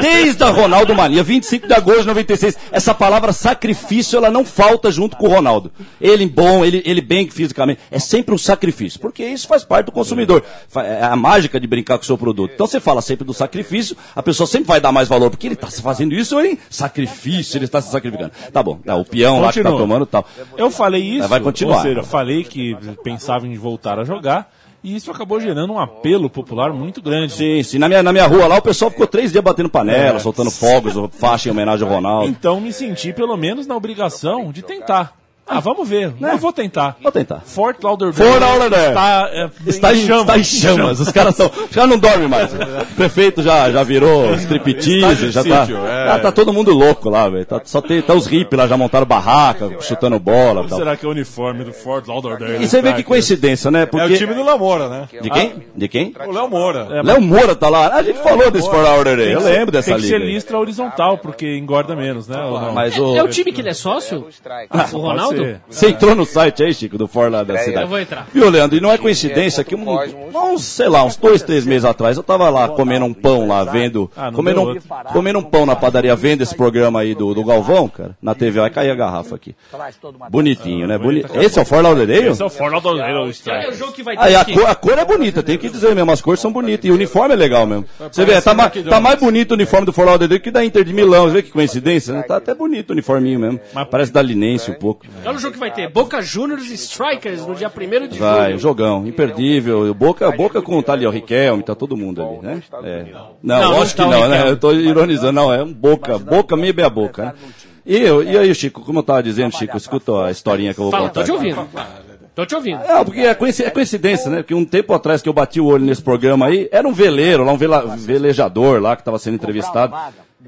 [SPEAKER 3] desde a Ronaldo Mania, 25 de agosto de 96, essa palavra sacrifício, ela não falta junto com o Ronaldo. Ele bom, ele, ele bem fisicamente, é sempre um sacrifício, porque isso faz parte do consumidor. Fa- É a mágica de brincar com o seu produto. Então você fala sempre do sacrifício, a pessoa sempre vai dar mais valor, porque ele está fazendo isso em sacrifício, ele está se sacrificando. Tá bom, tá, o peão lá que está
[SPEAKER 8] Continua.
[SPEAKER 3] tomando tá. e tal.
[SPEAKER 8] Eu falei isso,
[SPEAKER 3] Vai continuar.
[SPEAKER 8] ou seja, eu falei que pensava em voltar a jogar, e isso acabou gerando um apelo popular muito grande.
[SPEAKER 3] Sim, sim. Assim, Na minha, na minha rua lá, o pessoal ficou três dias batendo panela, soltando fogos, faixa em homenagem ao Ronaldo.
[SPEAKER 8] Então me senti pelo menos na obrigação de tentar. Ah, vamos ver. Eu vou tentar.
[SPEAKER 3] Vou tentar.
[SPEAKER 8] Fort Lauderdale
[SPEAKER 3] Fort Né? Lauderdale.
[SPEAKER 8] está, é,
[SPEAKER 3] Está em, chamas, está em chamas. Os caras estão. Já não dorme mais. O prefeito já, já virou striptease, já tá,
[SPEAKER 4] É, sítio, é.
[SPEAKER 3] já tá todo mundo louco lá, velho. Tá, só tem tá os hippies lá, já montaram barraca, chutando bola e
[SPEAKER 8] Como
[SPEAKER 3] tal.
[SPEAKER 8] será que é o uniforme do Fort Lauderdale?
[SPEAKER 3] E você vê que coincidência, né?
[SPEAKER 4] É
[SPEAKER 3] Porque...
[SPEAKER 4] o time do Lamora, né?
[SPEAKER 3] De quem? De quem?
[SPEAKER 4] O Léo Moura. É,
[SPEAKER 3] Léo Moura tá lá. A gente falou desse Fort Lauderdale. Eu lembro dessa
[SPEAKER 8] Tem que
[SPEAKER 3] liga.
[SPEAKER 8] ser
[SPEAKER 3] aí.
[SPEAKER 8] listra horizontal, porque engorda menos, né?
[SPEAKER 4] então.
[SPEAKER 8] ou não?
[SPEAKER 3] Mas o...
[SPEAKER 1] É o time que ele é sócio? O
[SPEAKER 8] Pode ser.
[SPEAKER 1] Ronaldo?
[SPEAKER 3] Você entrou no site aí, Chico, do Fora lá da cidade.
[SPEAKER 1] Eu vou entrar.
[SPEAKER 3] Viu, Leandro? E não é coincidência que, um, uns, sei lá, uns dois, três meses atrás, eu tava lá comendo um pão lá, vendo.
[SPEAKER 8] Ah, não
[SPEAKER 3] comendo,
[SPEAKER 8] deu
[SPEAKER 3] um,
[SPEAKER 8] outro.
[SPEAKER 3] comendo um pão na padaria, vendo esse programa aí do, do Galvão, cara, na TV. Vai cair a garrafa aqui. Bonitinho, né? Boni... Esse é o Fort Lauderdale?
[SPEAKER 8] Esse é o Fort Lauderdale
[SPEAKER 1] É o
[SPEAKER 8] Strikers.
[SPEAKER 1] jogo que vai ter
[SPEAKER 3] Aí a
[SPEAKER 1] aqui.
[SPEAKER 3] cor, a cor é bonita, tem que dizer mesmo, as cores são bonitas, e o uniforme é legal mesmo. Você vê,
[SPEAKER 8] um
[SPEAKER 3] tá, ma- tá mais bonito o uniforme do Fort Lauderdale que da Inter de Milão, você vê que coincidência, né? Tá até bonito o uniforminho mesmo, mas parece da Linense um pouco.
[SPEAKER 1] Olha É o jogo que vai ter. Boca Juniors e Strikers no dia 1 de
[SPEAKER 3] Vai,
[SPEAKER 1] julho.
[SPEAKER 3] jogão, imperdível. O Boca, Boca com tá ali, ó, Riquelme, tá todo mundo ali, né? É. Não,
[SPEAKER 1] Não, não
[SPEAKER 3] lógico
[SPEAKER 1] tá
[SPEAKER 3] que
[SPEAKER 1] o
[SPEAKER 3] não, né?
[SPEAKER 1] Riquelme.
[SPEAKER 3] Eu tô ironizando, não, é um Boca, Boca meio a boca, né? E, eu, e aí, Chico, como eu tava dizendo, Chico, escuta a historinha que eu vou
[SPEAKER 1] Fala,
[SPEAKER 3] contar.
[SPEAKER 1] tô te ouvindo. Tô te ouvindo.
[SPEAKER 3] É, porque é coinci- é coincidência, né? Porque um tempo atrás que eu bati o olho nesse programa aí, era um veleiro, lá um vela- velejador lá que estava sendo entrevistado.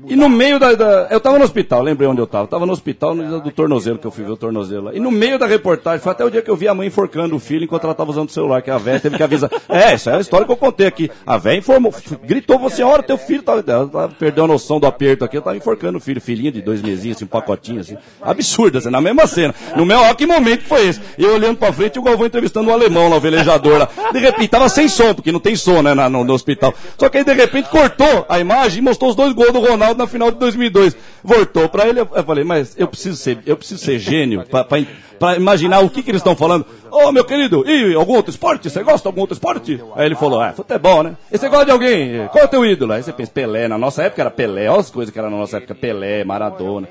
[SPEAKER 3] E no meio da, da- Eu tava no hospital, lembrei onde eu tava. Tava no hospital no dia do tornozelo, que eu fui ver o tornozelo lá. E no meio da reportagem, foi até o dia que eu vi a mãe enforcando o filho enquanto ela tava usando o celular, que a véia teve que avisar. É, isso é a história que eu contei aqui. A véia informou, f- gritou, você, olha, teu filho tava, ela tava perdeu a noção do aperto aqui, eu tava enforcando o filho, filhinho de dois mesinhos, assim, um pacotinho, assim. Absurdo, assim, na mesma cena. No meu, ó, que momento que foi esse? E eu olhando pra frente, o Galvão entrevistando o alemão lá, o velejador lá. De repente, tava sem som, porque não tem som, né, na- no, no hospital. Só que aí, de repente, cortou a imagem e mostrou os dois gols do Ronaldo na final de 2002. Voltou pra ele, eu eu falei, mas eu preciso ser, eu preciso ser gênio pra, pra, pra imaginar o que que eles estão falando. Ô, meu querido, e algum outro esporte? Você gosta de algum outro esporte? Aí ele falou, ah, futebol, né? E você gosta de alguém? Qual é o teu ídolo? Aí você pensa, Pelé, na nossa época era Pelé, olha as coisas que era na nossa época, Pelé, Maradona.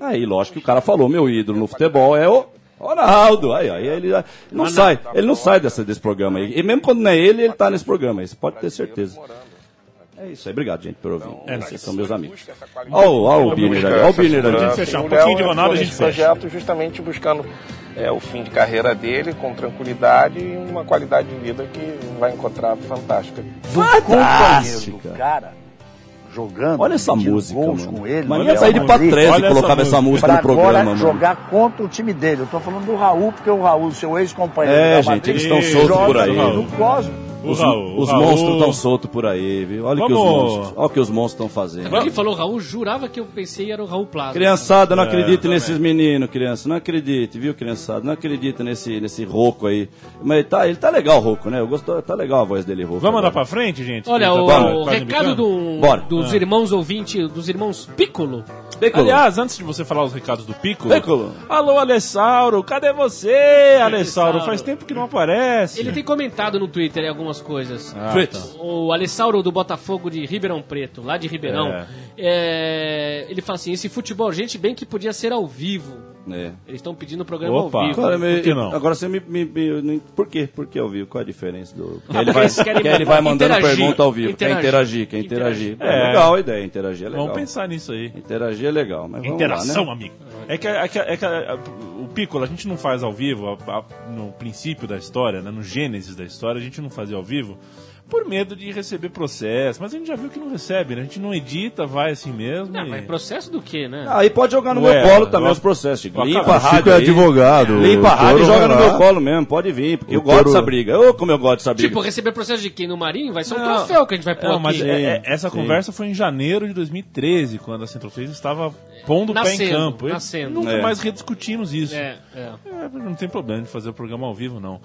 [SPEAKER 3] Aí, lógico que o cara falou, meu ídolo no futebol é o Ronaldo. Aí, ó, aí ele já- não sai,
[SPEAKER 11] tá
[SPEAKER 3] ele não sai dessa, desse programa aí. E mesmo quando não é ele, ele tá nesse programa aí, você pode ter certeza. É isso aí, obrigado, gente, por ouvir.
[SPEAKER 11] Então,
[SPEAKER 3] Vocês são meus amigos. Ó o- ó o Birner ali, ó o Birner ali.
[SPEAKER 8] Fechar um pouquinho de Ronaldo, a gente
[SPEAKER 5] esse
[SPEAKER 8] fecha.
[SPEAKER 5] projeto justamente buscando
[SPEAKER 12] é, o fim de carreira dele com tranquilidade e uma qualidade de vida que vai encontrar fantástica.
[SPEAKER 11] Fantástica. cara jogando.
[SPEAKER 3] Olha essa
[SPEAKER 11] metindo
[SPEAKER 3] música,
[SPEAKER 11] gols
[SPEAKER 3] mano.
[SPEAKER 11] com ele.
[SPEAKER 3] Mas
[SPEAKER 11] Manoel
[SPEAKER 3] ia sair de pra
[SPEAKER 11] Rodrigues.
[SPEAKER 3] 13 Olha essa colocava essa música no
[SPEAKER 11] Pra
[SPEAKER 3] programa,
[SPEAKER 11] agora
[SPEAKER 3] mano.
[SPEAKER 11] jogar contra o time dele. Eu tô falando do Raul, porque o Raul, seu ex-companheiro.
[SPEAKER 3] É,
[SPEAKER 11] do Real
[SPEAKER 3] gente, eles
[SPEAKER 11] Madrid,
[SPEAKER 3] estão soltos
[SPEAKER 11] joga
[SPEAKER 3] por aí.
[SPEAKER 11] No Cosmo.
[SPEAKER 3] Os,
[SPEAKER 8] O Raul,
[SPEAKER 3] os
[SPEAKER 8] o Raul.
[SPEAKER 3] monstros estão soltos por aí, viu? Olha o que os
[SPEAKER 8] Vamos.
[SPEAKER 3] monstros, olha o que os monstros estão fazendo.
[SPEAKER 1] Quando ele falou Raul, jurava que eu pensei era o Raul Plaza.
[SPEAKER 3] Criançada, não acredite
[SPEAKER 1] É,
[SPEAKER 3] nesses meninos, criança. Não acredite, viu, criançada? Não acredite nesse, nesse rouco aí. Mas tá, ele tá legal, rouco, né? Eu gosto, tá legal a voz dele, rouco.
[SPEAKER 8] Vamos andar pra frente, gente? Tá
[SPEAKER 3] Tá
[SPEAKER 1] Olha, o, o recado do,
[SPEAKER 3] Bora.
[SPEAKER 1] dos
[SPEAKER 3] Ah.
[SPEAKER 1] irmãos ouvintes, dos irmãos Piccolo.
[SPEAKER 8] Aliás, antes de você falar os recados do Piccolo...
[SPEAKER 1] Piccolo.
[SPEAKER 8] Alô, Alessauro, cadê você, Alessauro? Faz tempo que não aparece.
[SPEAKER 1] Ele tem comentado no Twitter aí algumas coisas.
[SPEAKER 8] Ah, Tweets.
[SPEAKER 1] O Alessauro do Botafogo de Ribeirão Preto, lá de Ribeirão,
[SPEAKER 3] É.
[SPEAKER 1] é, ele fala assim: esse futebol, gente, bem que podia ser ao vivo.
[SPEAKER 3] É.
[SPEAKER 1] Eles estão pedindo o programa ao vivo.
[SPEAKER 3] Agora, me-
[SPEAKER 1] Por que não?
[SPEAKER 3] agora você me, me, me- não- Por quê? Por que ao vivo? Qual a diferença do.
[SPEAKER 1] Ah,
[SPEAKER 3] Que ele vai,
[SPEAKER 1] porque eles querem
[SPEAKER 3] que ele vai mandando
[SPEAKER 1] interagir.
[SPEAKER 3] pergunta ao vivo. Quer
[SPEAKER 8] Interagir.
[SPEAKER 3] interagir, quer interagir.
[SPEAKER 8] Interagir.
[SPEAKER 3] É,
[SPEAKER 8] É.
[SPEAKER 3] legal a ideia, interagir é legal.
[SPEAKER 8] Vamos pensar nisso aí.
[SPEAKER 3] Interagir é legal,
[SPEAKER 1] Então,
[SPEAKER 3] mas vamos lá,
[SPEAKER 8] Interação,
[SPEAKER 3] né?
[SPEAKER 8] amigo. É que, é que- é que a- a- o Piccolo a gente não faz ao vivo, a- a- no princípio da história, né, no gênesis da história, a gente não fazia ao vivo por medo de receber processo. Mas a gente já viu que não recebe, né? A gente não edita, vai assim mesmo.
[SPEAKER 1] Ah,
[SPEAKER 8] e-
[SPEAKER 1] mas processo do quê, né?
[SPEAKER 3] Aí pode jogar no
[SPEAKER 8] Ué,
[SPEAKER 3] meu colo também
[SPEAKER 8] ó,
[SPEAKER 3] os processos, Chico.
[SPEAKER 8] ó,
[SPEAKER 3] Limpa
[SPEAKER 8] cara,
[SPEAKER 3] a
[SPEAKER 8] o Chico
[SPEAKER 3] rádio.
[SPEAKER 2] é
[SPEAKER 3] aí.
[SPEAKER 2] advogado,
[SPEAKER 3] Limpa a
[SPEAKER 2] o touro
[SPEAKER 3] rádio e joga
[SPEAKER 2] vai
[SPEAKER 3] no
[SPEAKER 2] lá.
[SPEAKER 3] meu colo mesmo, pode vir, porque
[SPEAKER 2] O
[SPEAKER 3] eu gosto
[SPEAKER 2] touro-
[SPEAKER 3] dessa briga. Ô, como eu gosto dessa briga.
[SPEAKER 1] Tipo, receber processo de quem no Marinho vai ser um
[SPEAKER 8] Não.
[SPEAKER 1] troféu que a gente vai pôr
[SPEAKER 8] Não,
[SPEAKER 1] aqui.
[SPEAKER 8] mas é- é- essa
[SPEAKER 1] Sim.
[SPEAKER 8] conversa foi em janeiro de 2013, quando a Central 3 estava pondo o pé em
[SPEAKER 1] Nascendo,
[SPEAKER 8] campo. Eu-
[SPEAKER 1] nascendo.
[SPEAKER 8] Nunca
[SPEAKER 1] É.
[SPEAKER 8] mais rediscutimos isso.
[SPEAKER 1] É, é.
[SPEAKER 8] É, não tem problema de fazer o programa ao vivo, não.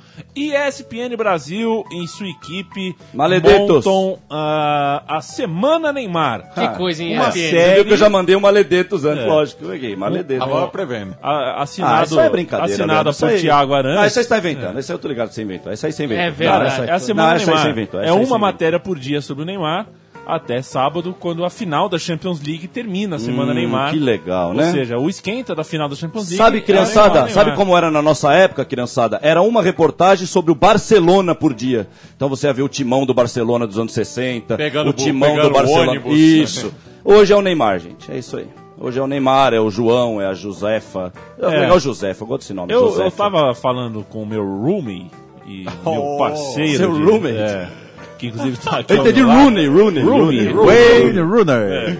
[SPEAKER 8] ESPN Brasil e sua equipe
[SPEAKER 3] Maleditos.
[SPEAKER 8] montam ah, a Semana Neymar.
[SPEAKER 3] Tá. Ah.
[SPEAKER 1] Que coisa, hein,
[SPEAKER 8] Uma
[SPEAKER 1] ESPN?
[SPEAKER 3] Você viu
[SPEAKER 8] série
[SPEAKER 3] que eu já mandei um maledetos antes,
[SPEAKER 8] Tá né? É.
[SPEAKER 3] lógico. Eu peguei, maledetos.
[SPEAKER 8] Agora
[SPEAKER 4] prevendo.
[SPEAKER 8] assinado,
[SPEAKER 3] ah, isso é brincadeira.
[SPEAKER 8] assinada
[SPEAKER 3] velho. Isso
[SPEAKER 8] por
[SPEAKER 3] aí-
[SPEAKER 8] Thiago Arantes.
[SPEAKER 3] Ah, isso aí você tá inventando. Isso aí eu tô ligado que você inventou. Isso aí você inventou.
[SPEAKER 8] É verdade.
[SPEAKER 3] Não, essa-
[SPEAKER 8] é a semana
[SPEAKER 3] não, essa aí
[SPEAKER 8] Neymar.
[SPEAKER 3] você inventou.
[SPEAKER 8] É
[SPEAKER 3] Essa aí você
[SPEAKER 8] uma matéria por dia sobre o Neymar até sábado, quando a final da Champions League termina a semana
[SPEAKER 3] Hum,
[SPEAKER 8] Neymar.
[SPEAKER 3] que legal, né?
[SPEAKER 8] Ou seja, o esquenta da final da Champions League.
[SPEAKER 3] Sabe,
[SPEAKER 8] é o
[SPEAKER 3] criançada,
[SPEAKER 8] Neymar,
[SPEAKER 3] sabe
[SPEAKER 8] Neymar.
[SPEAKER 3] como era na nossa época, criançada? Era uma reportagem sobre o Barcelona por dia. Então você ia ver o timão do Barcelona dos anos 60,
[SPEAKER 4] Pegando
[SPEAKER 3] o
[SPEAKER 4] bu-
[SPEAKER 3] timão
[SPEAKER 4] pegando
[SPEAKER 3] do Barcelona.
[SPEAKER 4] ônibus.
[SPEAKER 3] Isso. Hoje é o Neymar, gente. É isso aí. Hoje é o Neymar, é o João, é a Josefa. É,
[SPEAKER 8] É.
[SPEAKER 3] legal Josefa, eu gosto desse nome.
[SPEAKER 8] Eu,
[SPEAKER 3] Josefa.
[SPEAKER 8] eu tava falando com o meu roomie e meu
[SPEAKER 3] Oh,
[SPEAKER 8] parceiro.
[SPEAKER 3] seu
[SPEAKER 8] de-
[SPEAKER 3] roommate.
[SPEAKER 8] é, que inclusive tá aqui.
[SPEAKER 3] Eu entendi
[SPEAKER 8] ao meu lado.
[SPEAKER 3] Rooney, Rooney, Rooney. Wayne Rooney.
[SPEAKER 8] É.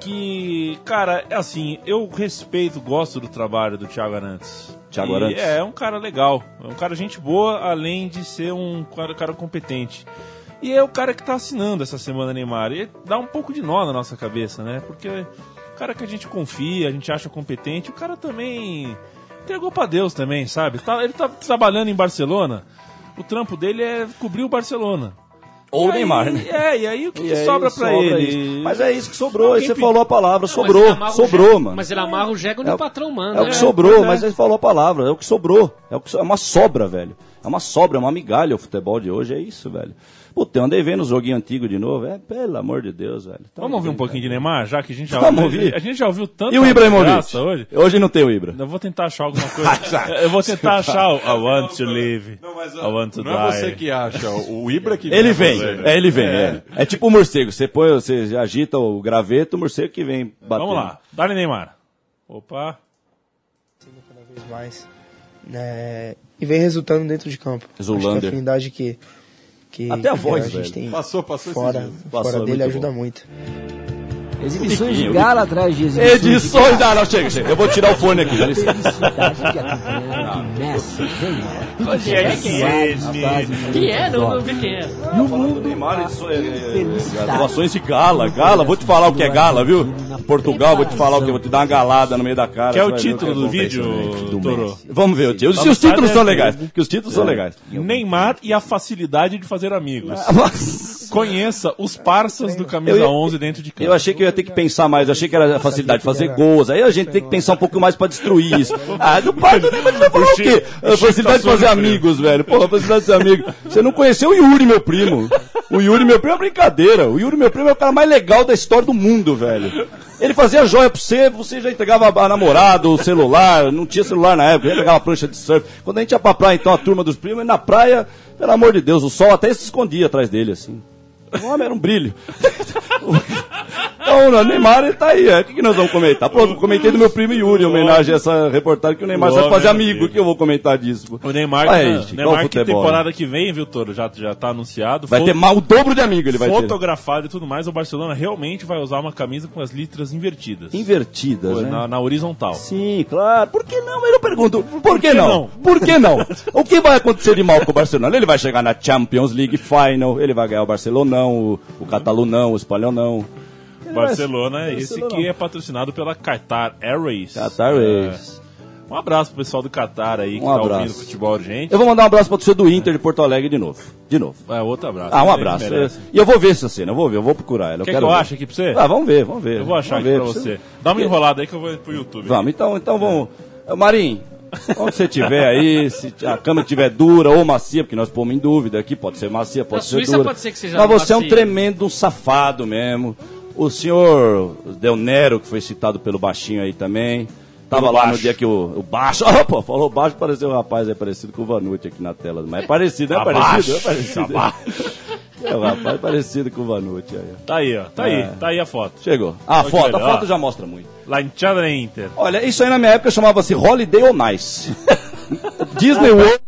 [SPEAKER 8] Que, cara, é assim, eu respeito, gosto do trabalho do Thiago Arantes.
[SPEAKER 3] Thiago
[SPEAKER 8] E
[SPEAKER 3] Arantes.
[SPEAKER 8] É, é um cara legal. É um cara gente boa, além de ser um cara, cara competente. E é o cara que tá assinando essa semana Neymar. E dá um pouco de nó na nossa cabeça, né? Porque o cara que a gente confia, a gente acha competente, o cara também entregou pra Deus também, sabe? Tá- ele tá trabalhando em Barcelona. O trampo dele é cobrir o Barcelona.
[SPEAKER 3] Ou
[SPEAKER 8] E
[SPEAKER 3] o
[SPEAKER 8] aí-
[SPEAKER 3] Neymar, né?
[SPEAKER 8] É, e aí o que,
[SPEAKER 3] E
[SPEAKER 8] que
[SPEAKER 3] aí
[SPEAKER 8] sobra pra
[SPEAKER 3] sobra
[SPEAKER 8] ele?
[SPEAKER 3] isso. Mas é isso que sobrou,
[SPEAKER 8] Alguém
[SPEAKER 3] você
[SPEAKER 8] pediu-
[SPEAKER 3] falou a palavra,
[SPEAKER 1] Não, mas é
[SPEAKER 3] sobrou,
[SPEAKER 1] ele amarra o
[SPEAKER 3] sobrou,
[SPEAKER 1] Jego-
[SPEAKER 3] mano.
[SPEAKER 1] Mas ele amarra o Jego no
[SPEAKER 3] É o-
[SPEAKER 1] patrão, mano.
[SPEAKER 3] É o que sobrou,
[SPEAKER 1] pois é.
[SPEAKER 3] mas ele falou a palavra, é o que sobrou. É, o que so- é uma sobra, velho. É uma sobra, é uma migalha o futebol de hoje, é isso, velho. Puta, eu andei vendo o joguinho antigo de novo, é, pelo amor de Deus, velho. Tá
[SPEAKER 8] Vamos ouvir um pouquinho de Neymar, já que a gente já
[SPEAKER 3] Vamos ouvir.
[SPEAKER 8] A gente já ouviu tanto.
[SPEAKER 3] E o Ibrahimovic?
[SPEAKER 8] hoje.
[SPEAKER 3] Hoje não tem o Ibra.
[SPEAKER 8] Eu vou tentar achar alguma coisa. eu vou tentar achar o I want to live. I want to
[SPEAKER 4] Não é
[SPEAKER 8] die.
[SPEAKER 4] você que acha, o Ibra que né?
[SPEAKER 3] Ele vem,
[SPEAKER 4] fazer.
[SPEAKER 3] é, ele vem. É. É tipo o morcego, você põe, você agita o graveto, o morcego que vem batendo.
[SPEAKER 8] Vamos lá. Dale Neymar. Opa.
[SPEAKER 13] vez mais. né, e vem resultando dentro de campo.
[SPEAKER 3] Zulander.
[SPEAKER 13] Acho que a afinidade que, que
[SPEAKER 3] Até a
[SPEAKER 13] que
[SPEAKER 3] voz,
[SPEAKER 13] a gente
[SPEAKER 3] velho.
[SPEAKER 13] tem
[SPEAKER 4] Passou, passou esses
[SPEAKER 13] fora,
[SPEAKER 4] dias.
[SPEAKER 13] fora
[SPEAKER 3] Passou, é
[SPEAKER 13] dele
[SPEAKER 3] muito
[SPEAKER 13] ajuda
[SPEAKER 3] bom.
[SPEAKER 13] muito.
[SPEAKER 14] Exibições de
[SPEAKER 3] Piquinho,
[SPEAKER 14] gala atrás de exibições de
[SPEAKER 3] Edições
[SPEAKER 14] gala.
[SPEAKER 3] da... Não, chega, chega. Eu vou tirar o fone aqui, dá licença.
[SPEAKER 14] Felicidade
[SPEAKER 3] é
[SPEAKER 14] que acompanha de Messi, Neymar.
[SPEAKER 3] Hoje é
[SPEAKER 14] Messi,
[SPEAKER 3] esse.
[SPEAKER 14] a base de
[SPEAKER 1] Quem é? Não, não
[SPEAKER 14] dólares.
[SPEAKER 1] vi quem é.
[SPEAKER 3] No mundo Neymar, isso é, é, é, doações de gala, gala. Vou te falar o que é gala, viu? Portugal, vou te falar o que vou te dar uma galada no meio da cara.
[SPEAKER 8] Que é
[SPEAKER 3] você
[SPEAKER 8] o
[SPEAKER 3] vai ver
[SPEAKER 8] título
[SPEAKER 3] que
[SPEAKER 8] do
[SPEAKER 3] acontece. né?
[SPEAKER 8] vídeo, Toro. Tá
[SPEAKER 3] Vamos ver o título. Se os títulos são legais, que os títulos são legais.
[SPEAKER 8] Neymar e a facilidade de fazer amigos. Conheça os parças do
[SPEAKER 3] Eu
[SPEAKER 8] Camisa
[SPEAKER 3] ia-
[SPEAKER 8] 11 dentro de
[SPEAKER 3] Eu achei que eu ia ter que pensar mais, eu achei que era a facilidade de fazer gols. Aí a gente tem que pensar um pouco mais pra destruir isso. Ah, do pai do Neymar, vai falar o quê? A facilidade de fazer amigos, velho. Porra, a facilidade de fazer amigos. Você não conheceu o Yuri, meu primo. O Yuri, meu primo, é brincadeira. O Yuri, meu primo, é o cara mais legal da história do mundo, velho. Ele fazia joia pra você, você já entregava a namorada, o celular, não tinha celular na época, já entregava prancha de surf. Quando a gente ia pra praia, então, a turma dos primos, e na praia, pelo amor de Deus, o sol até se escondia atrás dele, assim. O homem era um brilho. Então, o Neymar ele tá aí. é. O que, que nós vamos comentar? Pronto, comentei do meu primo Yuri, em homenagem a essa reportagem que o Neymar
[SPEAKER 8] O
[SPEAKER 3] sabe
[SPEAKER 8] homem
[SPEAKER 3] fazer
[SPEAKER 8] é
[SPEAKER 3] amigo. O que eu vou comentar disso?
[SPEAKER 8] O Neymar,
[SPEAKER 3] Vai,
[SPEAKER 8] que- tá-
[SPEAKER 3] gente,
[SPEAKER 8] Neymar
[SPEAKER 3] igual
[SPEAKER 8] que
[SPEAKER 3] futebol, né?
[SPEAKER 8] temporada que vem, viu, Toro? Já, já tá anunciado.
[SPEAKER 3] Vai
[SPEAKER 8] Fo-
[SPEAKER 3] ter mal o dobro de amigo ele vai ter.
[SPEAKER 8] Fotografado e tudo mais, o Barcelona realmente vai usar uma camisa com as listras invertidas.
[SPEAKER 3] Invertidas,
[SPEAKER 8] Pô,
[SPEAKER 3] né?
[SPEAKER 8] na, na horizontal.
[SPEAKER 3] Sim, claro. Por que não? Mas eu pergunto, por, que, não? Por que não? o que vai acontecer de mal com o Barcelona? Ele vai chegar na Champions League Final, ele vai ganhar o Barcelonão, o, o Catalunão, o Espanholão.
[SPEAKER 8] Barcelona é esse
[SPEAKER 3] Barcelona.
[SPEAKER 8] que é patrocinado pela Qatar Airways.
[SPEAKER 3] Qatar Airways.
[SPEAKER 8] É. Um abraço pro pessoal do Qatar aí que
[SPEAKER 3] Um
[SPEAKER 8] tá
[SPEAKER 3] abraço.
[SPEAKER 8] ouvindo futebol urgente.
[SPEAKER 3] Eu vou mandar um abraço pra você do Inter de Porto Alegre de novo. De novo.
[SPEAKER 8] É, outro abraço.
[SPEAKER 3] Ah,
[SPEAKER 8] Ele
[SPEAKER 3] um abraço.
[SPEAKER 8] merece.
[SPEAKER 3] E eu vou ver essa cena, eu vou ver, eu vou procurar ela.
[SPEAKER 8] Quer
[SPEAKER 3] quero
[SPEAKER 8] que eu
[SPEAKER 3] ver.
[SPEAKER 8] ache aqui pra você?
[SPEAKER 3] Ah, vamos ver, vamos ver.
[SPEAKER 8] Eu vou achar
[SPEAKER 3] Vamos
[SPEAKER 8] aqui
[SPEAKER 3] ver,
[SPEAKER 8] pra você. Dá uma enrolada aí que eu vou pro YouTube.
[SPEAKER 3] Vamos, então, então vamos.
[SPEAKER 1] É.
[SPEAKER 3] Ô, Marim, onde você tiver aí, se a cama tiver dura ou macia, porque nós pomos em dúvida aqui, pode ser macia,
[SPEAKER 1] Na
[SPEAKER 3] pode ser
[SPEAKER 1] Suíça
[SPEAKER 3] dura.
[SPEAKER 1] pode ser que seja
[SPEAKER 3] Mas você é um
[SPEAKER 1] macia.
[SPEAKER 3] tremendo safado mesmo. O senhor Del Nero, que foi citado pelo baixinho aí também. Tava
[SPEAKER 8] Pelo
[SPEAKER 3] lá no
[SPEAKER 8] baixo.
[SPEAKER 3] dia que o, o baixo. Opa, falou baixo, pareceu um rapaz aí parecido com o Vanucci aqui na tela. Mas é
[SPEAKER 1] Tá
[SPEAKER 3] parecido, é parecido, é
[SPEAKER 8] Abaixo,
[SPEAKER 3] parecido.
[SPEAKER 8] abaixo.
[SPEAKER 3] É um rapaz parecido com o Vanucci aí. ó.
[SPEAKER 8] Tá aí, ó. Tá
[SPEAKER 3] É.
[SPEAKER 8] aí, tá aí a foto.
[SPEAKER 3] Chegou. Ah, a
[SPEAKER 8] Olha que
[SPEAKER 3] foto, a
[SPEAKER 8] legal.
[SPEAKER 3] foto já mostra muito.
[SPEAKER 8] La Inchada da Inter.
[SPEAKER 3] Olha, isso aí na minha época chamava-se Holiday on Ice. Disney World.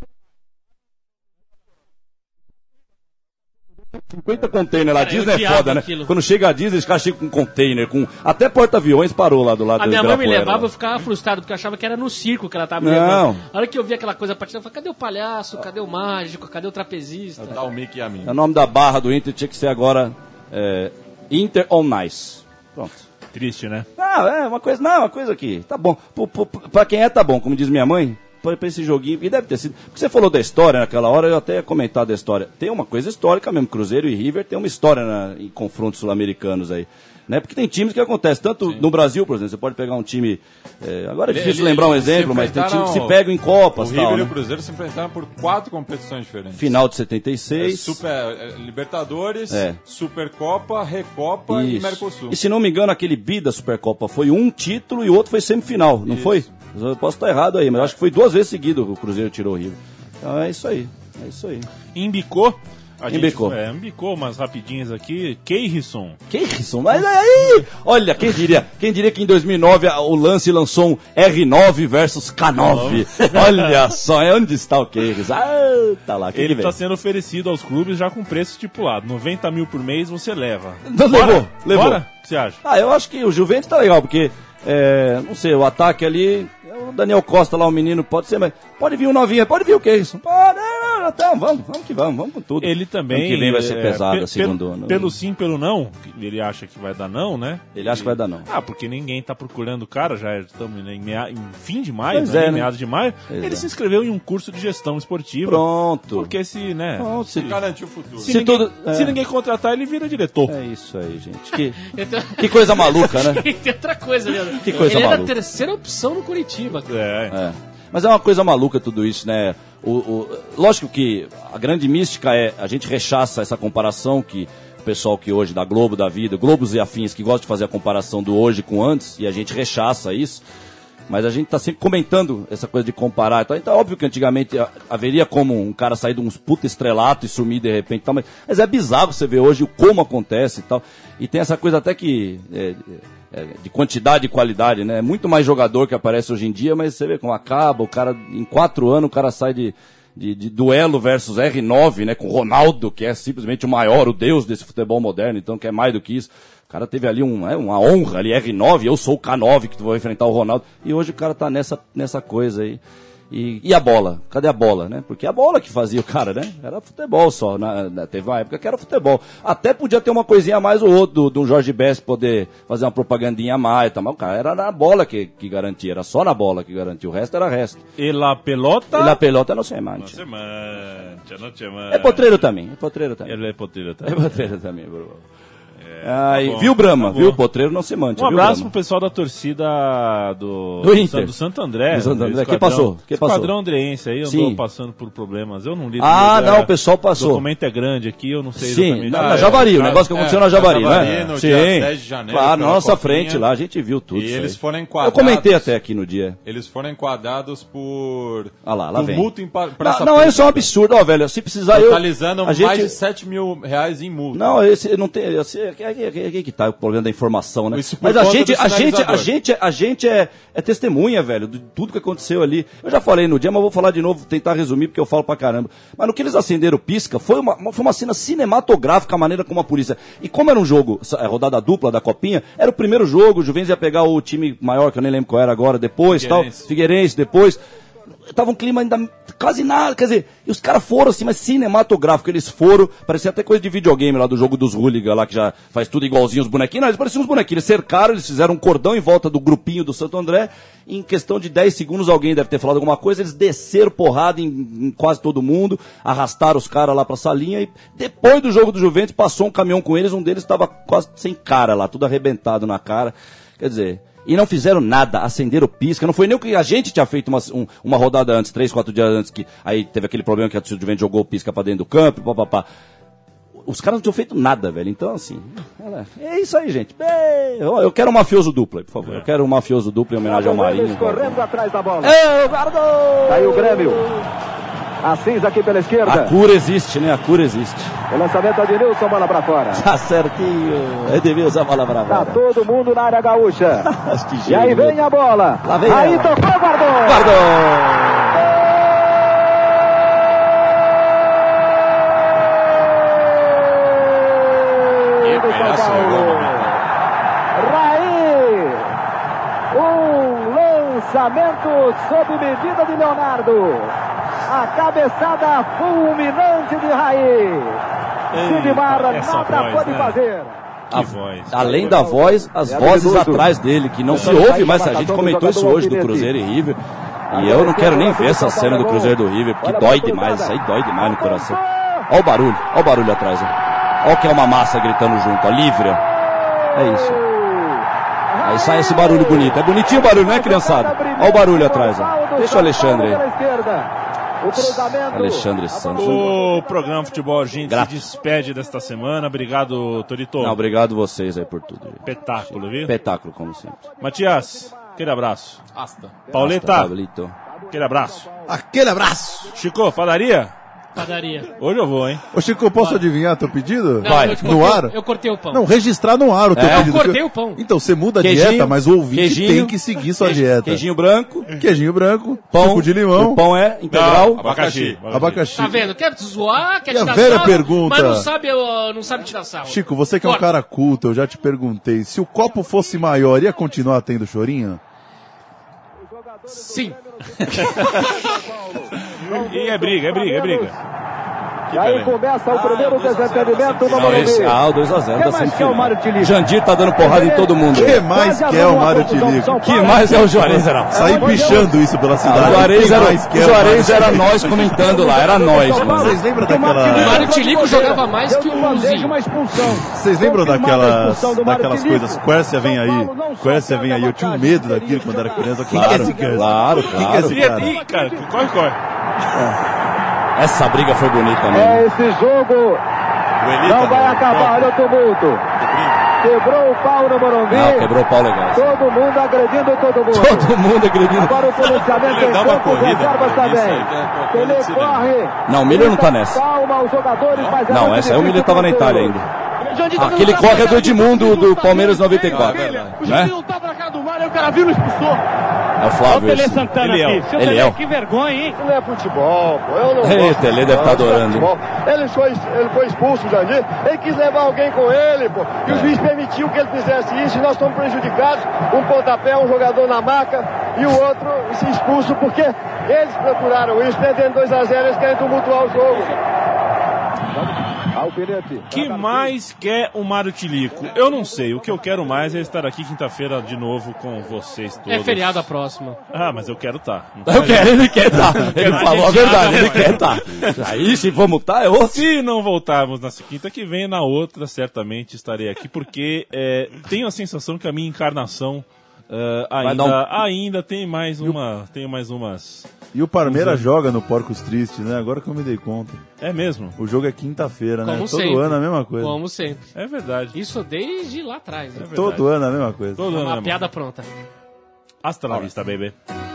[SPEAKER 3] 50 container lá,
[SPEAKER 1] Cara, eu
[SPEAKER 3] Disney é
[SPEAKER 1] odiava
[SPEAKER 3] foda, né?
[SPEAKER 1] aquilo.
[SPEAKER 3] Quando chega a Disney, os caras chegam com container, com. Até porta-aviões parou lá do lado
[SPEAKER 1] A
[SPEAKER 3] do
[SPEAKER 1] minha mãe me
[SPEAKER 3] Ibirapuera,
[SPEAKER 1] levava,
[SPEAKER 3] lá.
[SPEAKER 1] eu ficava frustrado, porque eu achava que era no circo que ela tava me
[SPEAKER 3] Não.
[SPEAKER 1] levando. A hora que eu vi aquela coisa patinando, eu falei, cadê o palhaço? Cadê o mágico? Cadê o trapezista?
[SPEAKER 4] Dá o Mickey a mim.
[SPEAKER 3] O nome da barra do Inter tinha que ser agora é, Inter on Ice. Pronto.
[SPEAKER 8] Triste, né?
[SPEAKER 3] Não, é uma coisa, não, é uma coisa aqui. Tá bom. Pro- pro- pro- Pra quem é, tá bom, como diz minha mãe. Pra pra esse joguinho, e deve ter sido. Porque você falou da história naquela hora, eu até ia comentar da história. Tem uma coisa histórica mesmo, Cruzeiro e River tem uma história na- em confrontos sul-americanos aí. Né? Porque tem times que acontece, tanto no Brasil, por exemplo, você pode pegar um time. é, agora é
[SPEAKER 4] Ele-
[SPEAKER 3] difícil
[SPEAKER 4] ele-
[SPEAKER 3] lembrar um
[SPEAKER 4] eles se
[SPEAKER 3] exemplo, mas tem time que se
[SPEAKER 4] enfrentaram-
[SPEAKER 3] pega em Copas,
[SPEAKER 4] O
[SPEAKER 3] tal,
[SPEAKER 4] River e
[SPEAKER 3] né?
[SPEAKER 4] o Cruzeiro se enfrentaram por quatro competições diferentes.
[SPEAKER 3] Final de
[SPEAKER 4] É
[SPEAKER 3] 76.
[SPEAKER 4] Super, é, Libertadores,
[SPEAKER 3] É.
[SPEAKER 4] Supercopa, Recopa e Mercosul.
[SPEAKER 3] E se não me engano, aquele bi da Supercopa foi um título e o outro foi semifinal, não foi? Eu posso estar errado aí, mas eu acho que foi duas vezes seguido que o Cruzeiro tirou o River. Então é isso aí, é isso aí.
[SPEAKER 8] Embicou? A gente-
[SPEAKER 3] Embicou.
[SPEAKER 8] é, embicou umas rapidinhas aqui. Keirson.
[SPEAKER 3] Keirson, mas aí, olha, quem diria, quem diria que em 2009 a- o Lance lançou um R9 versus K9. Olha só, é onde está o Keirson? Ah, tá lá, quem
[SPEAKER 8] Ele
[SPEAKER 3] que
[SPEAKER 8] está
[SPEAKER 3] vem?
[SPEAKER 8] sendo oferecido aos clubes já com preço estipulado. 90 mil por mês você leva.
[SPEAKER 3] Então
[SPEAKER 8] Bora?
[SPEAKER 3] levou, levou.
[SPEAKER 8] Bora? O que você acha?
[SPEAKER 3] Ah, eu acho que o Juventus tá legal, porque, é, não sei, o ataque ali, é o Daniel Costa lá, o menino, pode ser, mas pode vir um novinho, pode vir o Keirson. Pode, é, é, então, vamos, vamos que vamos, vamos com tudo.
[SPEAKER 8] Ele também.
[SPEAKER 3] Ano que vem vai ser
[SPEAKER 8] é,
[SPEAKER 3] pesado
[SPEAKER 8] pe-
[SPEAKER 3] a segunda
[SPEAKER 8] pelo,
[SPEAKER 3] ano.
[SPEAKER 8] Pelo sim, pelo não, ele acha que vai dar não, né?
[SPEAKER 3] Ele acha que vai dar não.
[SPEAKER 8] Ah, porque ninguém tá procurando o cara, já estamos em, mea- em fim de maio,
[SPEAKER 3] Pois
[SPEAKER 8] né?
[SPEAKER 3] é,
[SPEAKER 8] Em
[SPEAKER 3] né?
[SPEAKER 8] meados de maio.
[SPEAKER 3] Pois
[SPEAKER 8] ele
[SPEAKER 3] é.
[SPEAKER 8] se inscreveu em um curso de gestão esportiva.
[SPEAKER 3] Pronto.
[SPEAKER 8] Porque se, né?
[SPEAKER 3] Pronto,
[SPEAKER 8] se,
[SPEAKER 3] se-
[SPEAKER 4] Garantiu o futuro.
[SPEAKER 8] se
[SPEAKER 3] se
[SPEAKER 8] ninguém,
[SPEAKER 3] tudo- é.
[SPEAKER 8] se ninguém contratar, ele vira diretor.
[SPEAKER 3] É isso aí, gente. Que,
[SPEAKER 1] Eu tô-
[SPEAKER 3] que coisa maluca, né?
[SPEAKER 1] Então, Tem outra coisa, Leandro.
[SPEAKER 3] Que coisa
[SPEAKER 1] Ele era a
[SPEAKER 3] maluca.
[SPEAKER 1] terceira opção no Curitiba. cara.
[SPEAKER 3] É. Mas é uma coisa maluca tudo isso, né? O, o- lógico que a grande mística é a gente rechaça essa comparação que o pessoal que hoje da Globo, da Vida, Globos e afins, que gosta de fazer a comparação do hoje com antes, e a gente rechaça isso. Mas a gente tá sempre comentando essa coisa de comparar. e tal. Então, é óbvio que antigamente ah, haveria como um cara sair de uns puta estrelato e sumir de repente. e Tal, mas, mas é bizarro você ver hoje o como acontece e tal. E tem essa coisa até que... é, é, de quantidade e qualidade, né? É muito mais jogador que aparece hoje em dia, mas você vê como acaba, o cara, em quatro anos, o cara sai de, de, de duelo versus R9, né? Com o Ronaldo, que é simplesmente o maior, o deus desse futebol moderno, então que é mais do que isso. O cara teve ali um, é, uma honra ali, R9, eu sou o K9 que vou enfrentar o Ronaldo. E hoje o cara tá nessa, nessa coisa aí. E, e a bola? Cadê a bola, né? Porque a bola que fazia o cara, né? Era futebol só. Na, na- teve uma época que era futebol. Até podia ter uma coisinha a mais ou outro, do, do Jorge Bess poder fazer uma propagandinha a mais, e tal, mas o cara era na bola que, que garantia, era só na bola que garantia, o resto era resto.
[SPEAKER 8] E la pelota.
[SPEAKER 3] E la pelota não se mancha.
[SPEAKER 8] Nossa, mancha, não te mancha.
[SPEAKER 3] É potreiro também, é potreiro também.
[SPEAKER 8] Ele é potreiro
[SPEAKER 3] É
[SPEAKER 8] também.
[SPEAKER 3] potreiro também, Bruno. Aí,
[SPEAKER 8] bom,
[SPEAKER 3] viu, Brahma?
[SPEAKER 8] tá bom.
[SPEAKER 3] viu, potreiro não se mancha.
[SPEAKER 8] Um
[SPEAKER 3] viu,
[SPEAKER 8] abraço
[SPEAKER 3] Brahma?
[SPEAKER 8] pro pessoal da torcida do,
[SPEAKER 3] Do Inter.
[SPEAKER 8] do Santo André.
[SPEAKER 3] Do Santo André.
[SPEAKER 8] Esquadrão-
[SPEAKER 3] Quem passou? Quem passou?
[SPEAKER 8] Esquadrão andreense aí, andou
[SPEAKER 3] Sim.
[SPEAKER 8] passando por problemas. Eu não li.
[SPEAKER 3] Ah,
[SPEAKER 8] mas,
[SPEAKER 3] não,
[SPEAKER 8] é,
[SPEAKER 3] o pessoal passou.
[SPEAKER 8] O documento é grande aqui, eu não sei
[SPEAKER 3] Sim,
[SPEAKER 8] exatamente. é.
[SPEAKER 3] na- na Javari, o negócio que aconteceu na Javari, né?
[SPEAKER 4] no
[SPEAKER 3] Sim,
[SPEAKER 4] dia né, 10 de janeiro,
[SPEAKER 3] claro, na
[SPEAKER 4] pela
[SPEAKER 3] nossa
[SPEAKER 4] Copinha.
[SPEAKER 3] frente lá, a gente viu tudo
[SPEAKER 4] E
[SPEAKER 3] isso
[SPEAKER 4] eles
[SPEAKER 3] aí.
[SPEAKER 4] foram
[SPEAKER 3] Eu
[SPEAKER 4] enquadrados.
[SPEAKER 3] comentei até aqui no dia.
[SPEAKER 4] Eles foram enquadrados por.
[SPEAKER 3] Ah lá, lá vem.
[SPEAKER 4] Multa em pa-
[SPEAKER 3] Não,
[SPEAKER 4] praça
[SPEAKER 3] não,
[SPEAKER 4] pública.
[SPEAKER 3] isso é um absurdo, ó, velho. Se precisar eu.
[SPEAKER 4] Totalizando
[SPEAKER 3] a
[SPEAKER 4] mais
[SPEAKER 3] gente-
[SPEAKER 4] de 7 mil reais em multa.
[SPEAKER 3] Não, esse não tem. esse- é, aí, aí- aí que tá o problema da informação, né?
[SPEAKER 4] por
[SPEAKER 3] Mas a
[SPEAKER 4] conta
[SPEAKER 3] gente,
[SPEAKER 4] do
[SPEAKER 3] a gente, a
[SPEAKER 4] sinalizador.
[SPEAKER 3] gente, a gente é, é testemunha, velho, de tudo que aconteceu ali. Eu já falei no dia, mas vou falar de novo, tentar resumir, porque eu falo pra caramba. Mas no que eles acenderam o pisca, foi uma, uma- foi uma cena cinematográfica, a maneira como a polícia. E como era um jogo, sa- é, rodada dupla da copinha, era o primeiro jogo, o Juventus ia pegar o time maior, que eu nem lembro qual era agora, depois,
[SPEAKER 4] Figueirense.
[SPEAKER 3] tal, Figueirense, depois. Tava um clima ainda quase nada, quer dizer, e os caras foram assim, mas cinematográfico, eles foram, parecia até coisa de videogame lá do jogo dos hooligan lá, que já faz tudo igualzinho os bonequinhos, não, eles pareciam uns bonequinhos, eles cercaram, eles fizeram um cordão em volta do grupinho do Santo André, em questão de 10 segundos alguém deve ter falado alguma coisa, eles desceram porrada em, em quase todo mundo, arrastaram os caras lá pra salinha, e depois do jogo do Juventus passou um caminhão com eles, um deles tava quase sem cara lá, tudo arrebentado na cara, quer dizer... E não fizeram nada, acenderam pisca. Não foi nem o que a gente tinha feito uma, um- uma rodada antes, três, quatro dias antes, que aí teve aquele problema que a torcida do Juventus jogou o pisca pra dentro do campo, papapá. Os caras não tinham feito nada, velho. Então, assim, é isso aí, gente. Bem, eu eu quero um mafioso duplo, aí, por favor. Eu quero um mafioso duplo em homenagem ao Marinho.
[SPEAKER 11] Correndo atrás da bola. É, guardou! Aí o Grêmio. A cinza aqui pela
[SPEAKER 3] A
[SPEAKER 11] esquerda.
[SPEAKER 3] cura existe, né? A cura existe.
[SPEAKER 11] O lançamento de Nilson, bola pra fora.
[SPEAKER 3] Tá certinho. É devido usar a palavra
[SPEAKER 11] Tá todo mundo na área gaúcha. e aí
[SPEAKER 3] gênio, né?
[SPEAKER 11] vem a bola.
[SPEAKER 3] Lá vem
[SPEAKER 11] aí
[SPEAKER 3] ela.
[SPEAKER 11] tocou, guardou.
[SPEAKER 3] Guardou.
[SPEAKER 11] do São Paulo. Raí. Um lançamento sob medida de Leonardo. A cabeçada fulminante de Raí. Sidmar nada
[SPEAKER 8] essa voz,
[SPEAKER 11] pode
[SPEAKER 8] né?
[SPEAKER 11] fazer.
[SPEAKER 3] A- Além da voz, as
[SPEAKER 11] É
[SPEAKER 3] vozes
[SPEAKER 11] habilidoso.
[SPEAKER 3] atrás dele, que não
[SPEAKER 11] Eu
[SPEAKER 3] se
[SPEAKER 11] só não
[SPEAKER 3] ouve
[SPEAKER 11] saí
[SPEAKER 3] mais.
[SPEAKER 11] da
[SPEAKER 3] A gente
[SPEAKER 11] marcação do
[SPEAKER 3] comentou isso
[SPEAKER 11] jogador
[SPEAKER 3] hoje do
[SPEAKER 11] alfinete.
[SPEAKER 3] Cruzeiro e River. E eu não quero nem ver essa cena do Cruzeiro do River, porque dói demais. Isso aí dói demais no coração. Olha o barulho, olha o barulho atrás. Olha o que é uma massa gritando junto, ó, livre. ó. É isso. Aí sai esse barulho bonito. É bonitinho o barulho, não é, criançada? Olha o barulho atrás. ó. Deixa o Alexandre aí. Alexandre Santos.
[SPEAKER 8] O programa Futebol Argentino se despede desta semana. Obrigado, Torito.
[SPEAKER 3] Não, obrigado vocês aí por tudo.
[SPEAKER 8] Espetáculo, viu?
[SPEAKER 3] Espetáculo, como sempre.
[SPEAKER 8] Matias, aquele abraço.
[SPEAKER 4] Asta.
[SPEAKER 8] Pauleta,
[SPEAKER 3] Hasta, Pablito.
[SPEAKER 8] aquele abraço. Aquele abraço. Chico, padaria?
[SPEAKER 1] Padaria.
[SPEAKER 8] Hoje eu vou, hein?
[SPEAKER 2] Ô, Chico, posso adivinhar teu pedido?
[SPEAKER 1] Não, eu te
[SPEAKER 2] No
[SPEAKER 1] cortei-
[SPEAKER 2] ar?
[SPEAKER 1] Eu cortei o pão.
[SPEAKER 2] Não, registrar no ar o teu
[SPEAKER 1] É.
[SPEAKER 2] pedido.
[SPEAKER 1] Eu cortei o pão.
[SPEAKER 2] Então, você muda a
[SPEAKER 1] Queijinho,
[SPEAKER 2] dieta, mas o ouvinte
[SPEAKER 1] queijinho,
[SPEAKER 2] tem que seguir sua
[SPEAKER 1] queijo-
[SPEAKER 2] dieta.
[SPEAKER 1] queijinho
[SPEAKER 3] branco.
[SPEAKER 2] Queijinho branco.
[SPEAKER 3] Pão.
[SPEAKER 2] Suco de limão.
[SPEAKER 3] O pão é integral. Não, abacaxi.
[SPEAKER 2] Abacaxi.
[SPEAKER 1] Tá vendo? Quer te zoar, quer
[SPEAKER 2] E a
[SPEAKER 1] te dar
[SPEAKER 2] velha
[SPEAKER 1] sarro,
[SPEAKER 2] pergunta?
[SPEAKER 1] mas não sabe, ó, não sabe tirar sarro.
[SPEAKER 2] Chico, você que é um
[SPEAKER 1] Corta.
[SPEAKER 2] cara culto, eu já te perguntei. Se o copo fosse maior, ia continuar tendo chorinho?
[SPEAKER 1] Sim.
[SPEAKER 8] E é briga, é briga, é briga.
[SPEAKER 11] E aí começa o
[SPEAKER 3] Ah,
[SPEAKER 11] primeiro
[SPEAKER 3] é
[SPEAKER 11] desentendimento no
[SPEAKER 3] Não, esse,
[SPEAKER 11] Morumbi.
[SPEAKER 3] ah, o 2x0 da
[SPEAKER 11] Quem mais quer o Mário
[SPEAKER 3] semifinal. Jandir tá dando porrada em todo mundo.
[SPEAKER 2] Que mais que é o Mário Tilico?
[SPEAKER 3] Que mais é o Juarez era?
[SPEAKER 2] Sair pichando isso pela cidade.
[SPEAKER 3] o Juarez
[SPEAKER 2] Que
[SPEAKER 3] era,
[SPEAKER 2] mais que é
[SPEAKER 3] o Juarez
[SPEAKER 2] Mário
[SPEAKER 3] era
[SPEAKER 2] Tilico?
[SPEAKER 3] nós comentando lá, era nós. mano.
[SPEAKER 2] Vocês lembram daquela...
[SPEAKER 1] Mário Tilico jogava mais que o
[SPEAKER 11] Bandeja,
[SPEAKER 1] Luzinho.
[SPEAKER 11] uma expulsão.
[SPEAKER 2] Vocês lembram
[SPEAKER 11] Confirmada a
[SPEAKER 2] daquelas,
[SPEAKER 11] expulsão do Mário
[SPEAKER 2] daquelas
[SPEAKER 11] Tilico.
[SPEAKER 2] coisas? Quércia vem aí, Quércia vem aí. Eu tinha um medo daquilo quando era criança. Quem que é esse cara?
[SPEAKER 3] Claro,
[SPEAKER 2] Quem que é
[SPEAKER 3] claro.
[SPEAKER 2] esse cara?
[SPEAKER 8] Ih, cara, corre, corre.
[SPEAKER 3] Essa briga foi bonita mesmo.
[SPEAKER 11] É esse jogo. Não vai acabar, olha o tumulto. Quebrou o pau no Morumbi.
[SPEAKER 3] é Não, é quebrou o pau legal.
[SPEAKER 11] Todo mundo agredindo todo mundo.
[SPEAKER 3] Todo mundo agredindo.
[SPEAKER 11] Agora o policiamento em
[SPEAKER 3] Ele dá uma
[SPEAKER 11] campo, os
[SPEAKER 3] corrida,
[SPEAKER 11] reservas
[SPEAKER 3] cara, isso
[SPEAKER 11] também.
[SPEAKER 3] aí, né?
[SPEAKER 11] Pelé corre.
[SPEAKER 3] Não, o Miller não tá nessa.
[SPEAKER 11] Calma aos jogadores, mas é
[SPEAKER 3] Não,
[SPEAKER 11] muito
[SPEAKER 3] essa aí o Milho
[SPEAKER 11] difícil
[SPEAKER 3] tava na
[SPEAKER 11] pra
[SPEAKER 3] Itália
[SPEAKER 11] você.
[SPEAKER 3] ainda.
[SPEAKER 11] tá
[SPEAKER 3] Aquele corre é do Edmundo do Palmeiras 94. Né?
[SPEAKER 15] O cara viu e expulsou.
[SPEAKER 3] É o
[SPEAKER 15] Olha o
[SPEAKER 3] Flávio.
[SPEAKER 15] Tele
[SPEAKER 3] esse.
[SPEAKER 15] Santana aqui. Seu
[SPEAKER 3] Ele é
[SPEAKER 15] Tele,
[SPEAKER 3] o.
[SPEAKER 15] que vergonha, hein? Isso não é futebol, pô.
[SPEAKER 16] Eu não
[SPEAKER 3] Ei,
[SPEAKER 16] gosto
[SPEAKER 3] Tele
[SPEAKER 16] de
[SPEAKER 3] deve tá
[SPEAKER 16] futebol,
[SPEAKER 3] adorando,
[SPEAKER 16] futebol. Ele foi, ele foi expulso, o Jandir. Ele quis levar alguém com ele, pô. E o juiz permitiu que ele fizesse isso e nós somos prejudicados. Um pontapé, um jogador na marca e o outro se expulso porque eles procuraram isso. Perdendo 2 a 0 eles querem tumultuar o jogo.
[SPEAKER 11] Alpinete.
[SPEAKER 8] que mais quer o Mário Tilico? Eu não sei. O que eu quero mais é estar aqui quinta-feira de novo com vocês todos.
[SPEAKER 1] É feriado a próxima.
[SPEAKER 8] Ah, mas eu quero estar.
[SPEAKER 1] Eu quero, ele quer tá. né?
[SPEAKER 3] Ele falou a verdade, ele quer tá. Aí, se for multar, é outro.
[SPEAKER 8] Se não voltarmos na quinta que vem, na outra, certamente estarei aqui, porque é, tenho a sensação que a minha encarnação é, ainda,
[SPEAKER 2] dar
[SPEAKER 8] ainda tem mais uma. Tem mais umas.
[SPEAKER 2] E o Parmeira
[SPEAKER 8] Vamos ver.
[SPEAKER 2] joga no Porcos Tristes, né? Agora que eu me dei conta.
[SPEAKER 8] É mesmo?
[SPEAKER 2] O jogo é quinta-feira, né?
[SPEAKER 1] Como
[SPEAKER 2] Todo
[SPEAKER 1] sempre.
[SPEAKER 2] ano é a mesma coisa.
[SPEAKER 1] Como sempre.
[SPEAKER 8] É verdade. né,
[SPEAKER 1] Isso desde lá atrás. Né?
[SPEAKER 2] Todo ano é a mesma coisa.
[SPEAKER 1] Uma piada pronta.
[SPEAKER 8] Hasta la vista, baby.